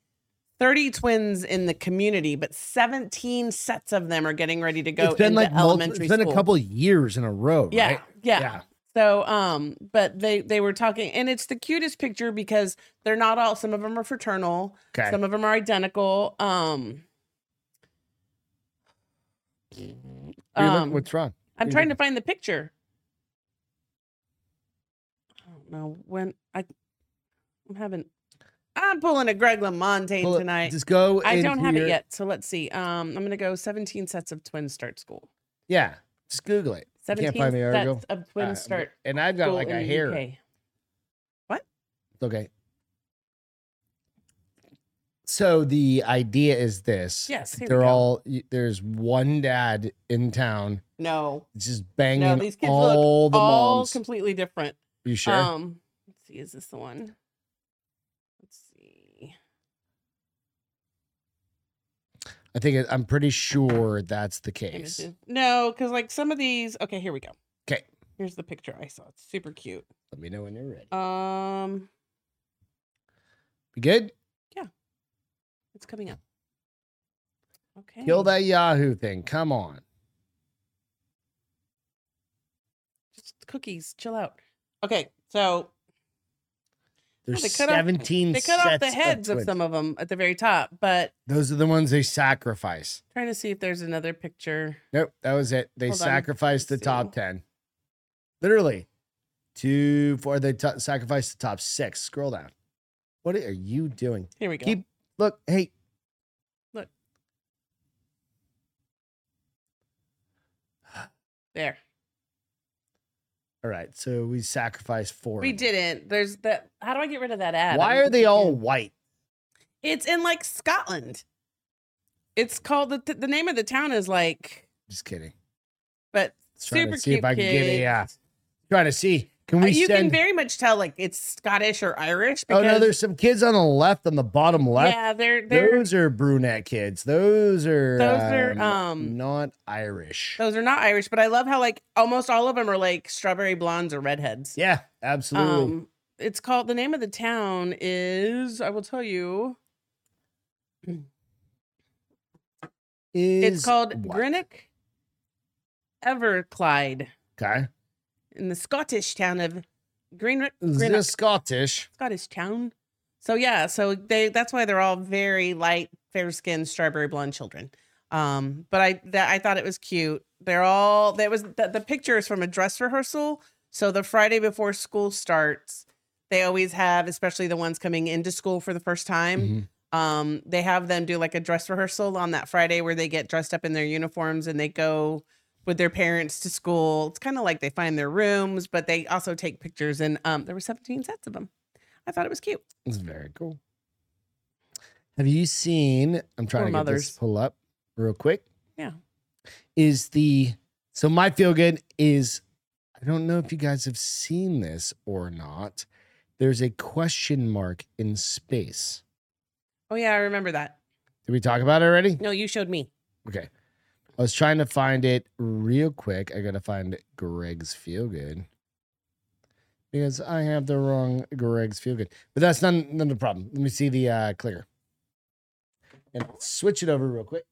Speaker 3: 30 twins in the community, but 17 sets of them are getting ready to go
Speaker 1: it's been
Speaker 3: into
Speaker 1: like multi,
Speaker 3: elementary
Speaker 1: it's been
Speaker 3: school.
Speaker 1: a couple years in a row.
Speaker 3: yeah,
Speaker 1: right?
Speaker 3: yeah. So, um, but they they were talking, and it's the cutest picture because they're not all. Some of them are fraternal,
Speaker 1: Okay.
Speaker 3: some of them are identical. Um,
Speaker 1: What are you look-
Speaker 3: um,
Speaker 1: what's wrong?
Speaker 3: I'm
Speaker 1: you
Speaker 3: trying to find the picture. I don't know when I. I'm having. I'm pulling a Greg LaMontagne
Speaker 1: Pull it-
Speaker 3: tonight.
Speaker 1: Just go.
Speaker 3: I don't
Speaker 1: into
Speaker 3: have
Speaker 1: your-
Speaker 3: it yet, so let's see. Um, I'm gonna go 17 sets of twins start school.
Speaker 1: Yeah, just Google it. You
Speaker 3: 17
Speaker 1: can't find the article.
Speaker 3: sets of twins
Speaker 1: Uh,
Speaker 3: start
Speaker 1: And I've got
Speaker 3: school
Speaker 1: like
Speaker 3: in
Speaker 1: a
Speaker 3: the
Speaker 1: hair.
Speaker 3: UK.
Speaker 1: It's Okay. So the idea is this.
Speaker 3: Yes, here we
Speaker 1: They're
Speaker 3: go.
Speaker 1: all y- there's one dad in town
Speaker 3: No,
Speaker 1: just banging
Speaker 3: no, these kids look
Speaker 1: all the
Speaker 3: all
Speaker 1: moms.
Speaker 3: completely different.
Speaker 1: you sure?
Speaker 3: Um, let's see, is this the one? Let's see.
Speaker 1: I think it, I'm pretty sure that's the case.
Speaker 3: Images. No, because like some of these. Okay, here we go.
Speaker 1: 'Kay.
Speaker 3: Here's the picture I saw. It's super cute.
Speaker 1: Let me know when you're ready.
Speaker 3: Um,
Speaker 1: Be good.
Speaker 3: it's coming up. Okay.
Speaker 1: Kill that Yahoo thing. Come on.
Speaker 3: Just cookies. Chill out. Okay, so
Speaker 1: There's
Speaker 3: they cut off-
Speaker 1: 17
Speaker 3: they cut off the
Speaker 1: sets
Speaker 3: heads of,
Speaker 1: twins.
Speaker 3: some of them at the very top, but
Speaker 1: Those are the ones they sacrifice.
Speaker 3: trying to see if there's another picture.
Speaker 1: Nope, that was it. They
Speaker 3: Hold on.
Speaker 1: sacrificed the
Speaker 3: Let's
Speaker 1: top
Speaker 3: see.
Speaker 1: 10. Literally, two, four. They t- sacrificed the top six. Scroll down. What are you doing?
Speaker 3: Here we go.
Speaker 1: Keep, look, hey.
Speaker 3: there.
Speaker 1: All right, so we sacrificed four.
Speaker 3: We
Speaker 1: of them.
Speaker 3: didn't. There's that. How do I get rid of that ad?
Speaker 1: Why
Speaker 3: I'm
Speaker 1: are they all
Speaker 3: confused.
Speaker 1: white?
Speaker 3: It's in like Scotland. It's called the the name of the town is like,
Speaker 1: Just kidding.
Speaker 3: but
Speaker 1: Just trying
Speaker 3: super
Speaker 1: to see
Speaker 3: cute
Speaker 1: if I can get a. Uh,
Speaker 3: kids.
Speaker 1: trying to see. Can
Speaker 3: Uh,
Speaker 1: we
Speaker 3: you can
Speaker 1: send?
Speaker 3: very much tell like it's Scottish or Irish.
Speaker 1: oh
Speaker 3: Because,
Speaker 1: no, there's some kids on the left, on the bottom left.
Speaker 3: yeah, they're they're those,
Speaker 1: those are brunette kids. Those are
Speaker 3: Those are,
Speaker 1: um,
Speaker 3: um,
Speaker 1: not Irish.
Speaker 3: are not Irish, but I love how like almost all of them are like strawberry blondes or redheads.
Speaker 1: Yeah, absolutely.
Speaker 3: Um, it's called the name of the town is I will tell you. It's
Speaker 1: Is
Speaker 3: called
Speaker 1: what?
Speaker 3: Greenock, Everclyde
Speaker 1: Okay.
Speaker 3: in the Scottish town of Greenock.
Speaker 1: Is
Speaker 3: Greenock.
Speaker 1: this Scottish?
Speaker 3: Scottish town. So yeah, so they that's why they're all very light, fair skinned, strawberry blonde children. Um, but I that I thought it was cute. They're all that was the, the picture is from a dress rehearsal. So the Friday before school starts, they always have, especially the ones coming into school for the first time.
Speaker 1: Mhm.
Speaker 3: Um, they have them do like a dress rehearsal on that Friday where they get dressed up in their uniforms and they go with their parents to school. It's kind of like they find their rooms, but they also take pictures. And um, there were 17 sets of them. I thought it was cute.
Speaker 1: It's very cool. Have you seen? I'm trying
Speaker 3: Poor
Speaker 1: to get this
Speaker 3: mothers.
Speaker 1: pull up real quick.
Speaker 3: Yeah.
Speaker 1: Is the so my feel good is I don't know if you guys have seen this or not. There's a question mark in space.
Speaker 3: Oh, yeah, I remember that.
Speaker 1: Did we talk about it already?
Speaker 3: No, you showed me.
Speaker 1: Okay. I was trying to find it real quick. I gotta find Greg's feel good. Because I have the wrong Greg's feel good. But that's not, not the problem. Let me see the uh clicker. And switch it over real quick.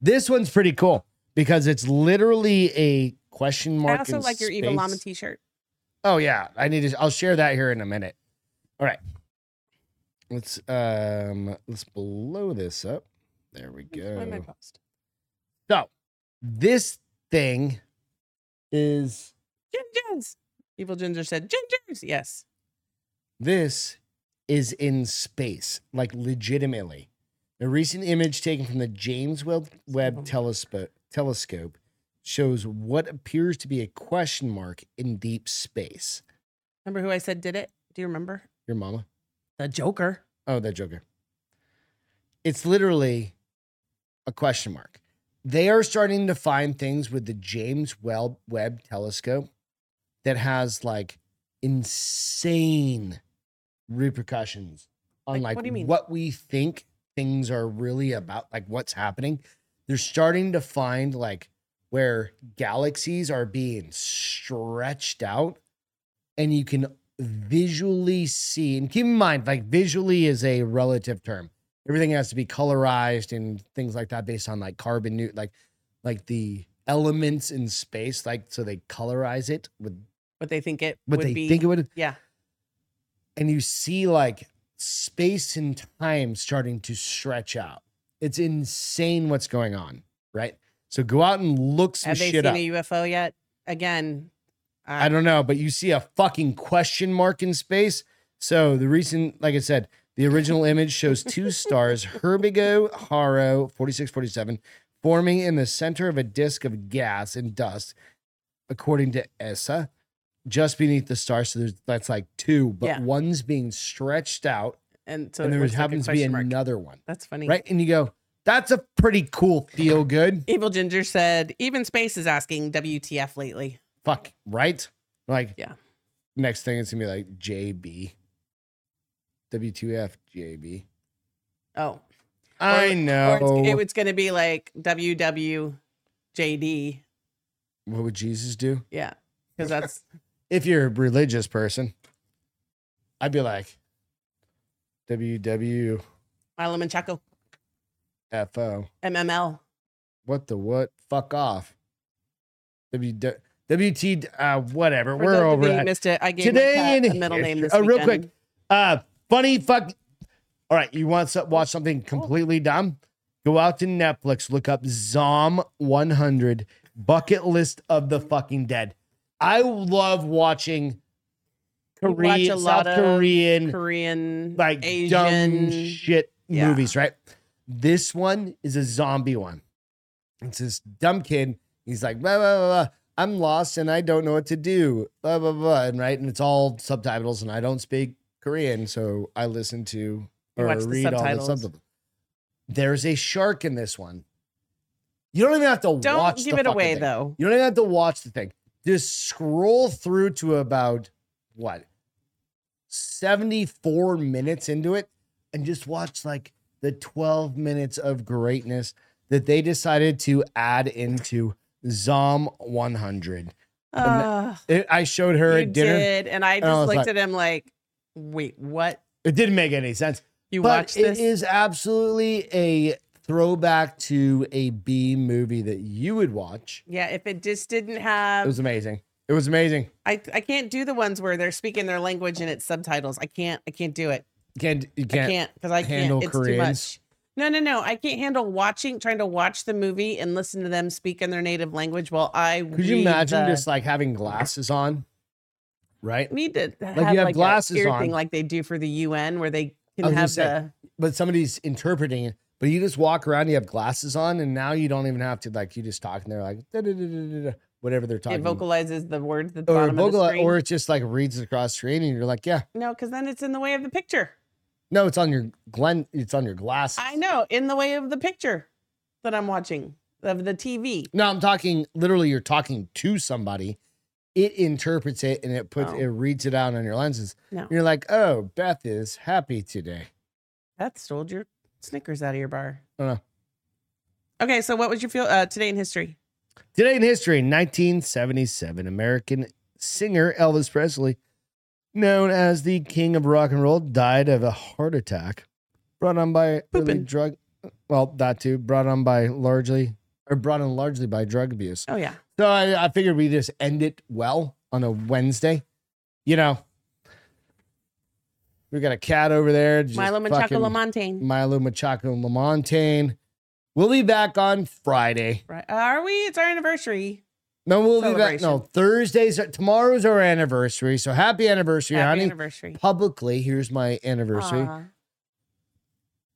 Speaker 1: This one's pretty cool because it's literally a question mark.
Speaker 3: I also
Speaker 1: in
Speaker 3: like your Eva Lama
Speaker 1: space.
Speaker 3: t shirt.
Speaker 1: Oh yeah, I need to. I'll share that here in a minute. All right, let's um let's blow this up. There we go. So this thing is
Speaker 3: Gingers. Evil Ginger said, Gingers. Yes.
Speaker 1: this is in space, like legitimately. A recent image taken from the James Webb, Webb telespo- telescope shows what appears to be a question mark in deep space.
Speaker 3: Remember who I said did it? Do you remember?
Speaker 1: Your mama?
Speaker 3: The Joker.
Speaker 1: Oh, that Joker. It's literally a question mark. They are starting to find things with the James Webb, Webb telescope that has like insane repercussions on like,
Speaker 3: Like, what do you mean?
Speaker 1: what we think things are really about, like what's happening. They're starting to find like where galaxies are being stretched out and you can visually see and keep in mind like visually is a relative term everything has to be colorized and things like that based on like carbon new like like the elements in space like so they colorize it with
Speaker 3: What they think it
Speaker 1: what
Speaker 3: would
Speaker 1: they
Speaker 3: be.
Speaker 1: think it would
Speaker 3: yeah.
Speaker 1: and you see like space and time starting to stretch out it's insane what's going on right so go out and look some
Speaker 3: Have they
Speaker 1: shit
Speaker 3: seen
Speaker 1: up
Speaker 3: a UFO yet? Again,
Speaker 1: I don't know, but you see a fucking question mark in space. So the recent, like I said, the original *laughs* image shows two stars, Herbigo Haro 4647, forming in the center of a disk of gas and dust, according to ESA, just beneath the star. So there's, that's like two, but
Speaker 3: Yeah.
Speaker 1: one's being stretched out,
Speaker 3: And so
Speaker 1: and
Speaker 3: it
Speaker 1: there
Speaker 3: looks like a
Speaker 1: happens to be
Speaker 3: question mark.
Speaker 1: another one,
Speaker 3: That's funny.
Speaker 1: right? And you go, that's a pretty cool feel good.
Speaker 3: Evil Ginger said, even space is asking WTF lately.
Speaker 1: fuck, right? Like,
Speaker 3: Yeah.
Speaker 1: Next thing it's gonna be like JB, W2F JB.
Speaker 3: Oh.
Speaker 1: I
Speaker 3: or
Speaker 1: know.
Speaker 3: it's- it was going to be like WWJD.
Speaker 1: what would Jesus do
Speaker 3: Yeah. Because that's
Speaker 1: *laughs* if you're a religious person? I'd be like WWFO.
Speaker 3: Milam and Chaco, MML.
Speaker 1: What the what? Fuck off. W WT uh, whatever.
Speaker 3: For those
Speaker 1: We're
Speaker 3: of
Speaker 1: over
Speaker 3: you who
Speaker 1: it.
Speaker 3: missed it. I gave
Speaker 1: Today
Speaker 3: Today my cat
Speaker 1: in
Speaker 3: a middle name this
Speaker 1: Oh, real quick.
Speaker 3: weekend.
Speaker 1: Uh, funny fuck. All right, you want to watch something completely dumb? Go out to Netflix, look up Zom 100 Bucket List of the Fucking Dead. I love watching
Speaker 3: We watch
Speaker 1: Korean,
Speaker 3: a lot
Speaker 1: South
Speaker 3: of
Speaker 1: Korean,
Speaker 3: Korean,
Speaker 1: like dumb
Speaker 3: Asian.
Speaker 1: shit
Speaker 3: Yeah.
Speaker 1: movies, right? This one is a zombie one. It's this dumb kid. He's like, blah, blah, blah, blah. I'm lost and I don't know what to do. Blah, blah, blah. And right. And it's all subtitles and I don't speak Korean. So I listen to
Speaker 3: You
Speaker 1: or
Speaker 3: watch the
Speaker 1: read all the
Speaker 3: subtitles.
Speaker 1: subtitles. There's a shark in this one. You don't even have to
Speaker 3: Don't
Speaker 1: watch
Speaker 3: give
Speaker 1: the
Speaker 3: it away
Speaker 1: fucking thing.
Speaker 3: though.
Speaker 1: You don't even have to watch the thing. Just scroll through to about what 74 minutes into it and just watch like the 12 minutes of greatness that they decided to add into Zom 100.
Speaker 3: Uh,
Speaker 1: It- I showed her
Speaker 3: you
Speaker 1: at dinner.
Speaker 3: did, and I
Speaker 1: I
Speaker 3: just
Speaker 1: was
Speaker 3: looked
Speaker 1: like-
Speaker 3: at him like, "Wait, what?
Speaker 1: It didn't make any sense.
Speaker 3: You watched
Speaker 1: but it
Speaker 3: this?"
Speaker 1: is absolutely a throwback to a B movie that you would watch.
Speaker 3: yeah, if it just didn't
Speaker 1: It
Speaker 3: have,
Speaker 1: was amazing. It was amazing.
Speaker 3: I I can't do the ones where they're speaking their language and it's subtitles. I can't, I can't do it.
Speaker 1: You can't you
Speaker 3: I
Speaker 1: can't
Speaker 3: can't because I can't.
Speaker 1: handle
Speaker 3: It's
Speaker 1: Koreans.
Speaker 3: too much. No, no, no. I can't handle watching, trying to watch the movie and listen to them speak in their native language while I.
Speaker 1: Could you
Speaker 3: read
Speaker 1: imagine
Speaker 3: the-
Speaker 1: just like having glasses on? Right?
Speaker 3: need to have
Speaker 1: you have
Speaker 3: like a
Speaker 1: glasses
Speaker 3: ear
Speaker 1: on.
Speaker 3: thing like they do for the UN where they
Speaker 1: I was
Speaker 3: can
Speaker 1: gonna
Speaker 3: have
Speaker 1: say,
Speaker 3: the
Speaker 1: But somebody's interpreting it. But you just walk around, you have glasses on, and now you don't even have to like you just talk, and they're like "Da-da-da-da-da-da," whatever they're
Speaker 3: It
Speaker 1: talking.
Speaker 3: vocalizes the words at the
Speaker 1: or
Speaker 3: bottom of the
Speaker 1: vocal,
Speaker 3: screen.
Speaker 1: or it just like reads across the screen, and you're like, yeah,
Speaker 3: no, because then it's in the way of the picture.
Speaker 1: no, it's on your Glen, it's on your glasses.
Speaker 3: I know, in the way of the picture that I'm watching of the TV.
Speaker 1: No, I'm talking literally. You're talking to somebody. It interprets it and it puts
Speaker 3: Oh.
Speaker 1: it reads it out on your lenses.
Speaker 3: No.
Speaker 1: You're like, oh, Beth is happy today.
Speaker 3: That stole your Snickers out of your bar.
Speaker 1: Dunno.
Speaker 3: Okay, so what was your feel uh, today in history?
Speaker 1: Today in history, 1977, American singer Elvis Presley, known as the King of Rock and Roll, died of a heart attack brought on by early
Speaker 3: Pooping.
Speaker 1: drug. Well, that too brought on by largely or brought on largely by drug abuse.
Speaker 3: Oh yeah,
Speaker 1: So I, I figured we just end it well on a Wednesday. You know, we got a cat over there. just
Speaker 3: Milo
Speaker 1: fucking-
Speaker 3: Machaca Lamontagne.
Speaker 1: Milo Machaco Lamontagne. We'll be back on Friday.
Speaker 3: Right? Are we? It's our anniversary.
Speaker 1: No, we'll be back. No,
Speaker 3: Celebration.
Speaker 1: Thursday's tomorrow's our anniversary. So happy anniversary,
Speaker 3: Happy
Speaker 1: honey.
Speaker 3: anniversary.
Speaker 1: Publicly, here's my anniversary.
Speaker 3: Aw.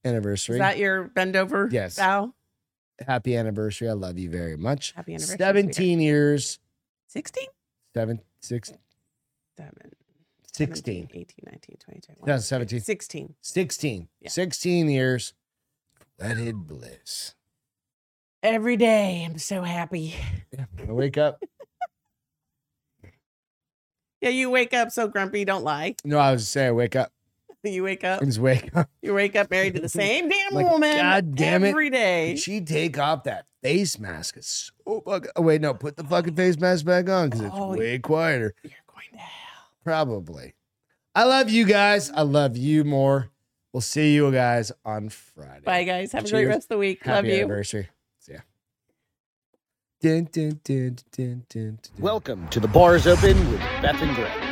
Speaker 1: Anniversary.
Speaker 3: Is that your bend over?
Speaker 1: Yes.
Speaker 3: Bow?
Speaker 1: happy anniversary. I love you very much.
Speaker 3: Happy anniversary. sweetheart.
Speaker 1: 17 years.
Speaker 3: 16?
Speaker 1: Seven, six,
Speaker 3: Seven-
Speaker 1: 16.
Speaker 3: 18, 19, 20, 21.
Speaker 1: 2017.
Speaker 3: 16.
Speaker 1: 16.
Speaker 3: Yeah.
Speaker 1: 16 years. Wedded bliss.
Speaker 3: Every day, I'm so happy.
Speaker 1: I wake up.
Speaker 3: Yeah, you wake up so grumpy. Don't lie. *laughs*
Speaker 1: No, I was just saying, I wake up.
Speaker 3: You wake up.
Speaker 1: I just wake up.
Speaker 3: You wake up
Speaker 1: *laughs*
Speaker 3: married to the same damn
Speaker 1: Like,
Speaker 3: woman.
Speaker 1: God damn it.
Speaker 3: Every day.
Speaker 1: Did she take off that face mask? It's so fucking. Oh, wait, no, put the fucking face mask back on because it's
Speaker 3: Oh, yeah.
Speaker 1: way quieter.
Speaker 3: You're going to hell.
Speaker 1: Probably. I love you guys. I love you more. We'll see you guys on Friday.
Speaker 3: Bye, guys. Have a great
Speaker 1: Cheers.
Speaker 3: rest of the week.
Speaker 1: Happy
Speaker 3: Love you.
Speaker 1: anniversary. See ya. Dun, dun, dun, dun, dun, dun, dun.
Speaker 2: Welcome to the Bars Open with Beth and Greg.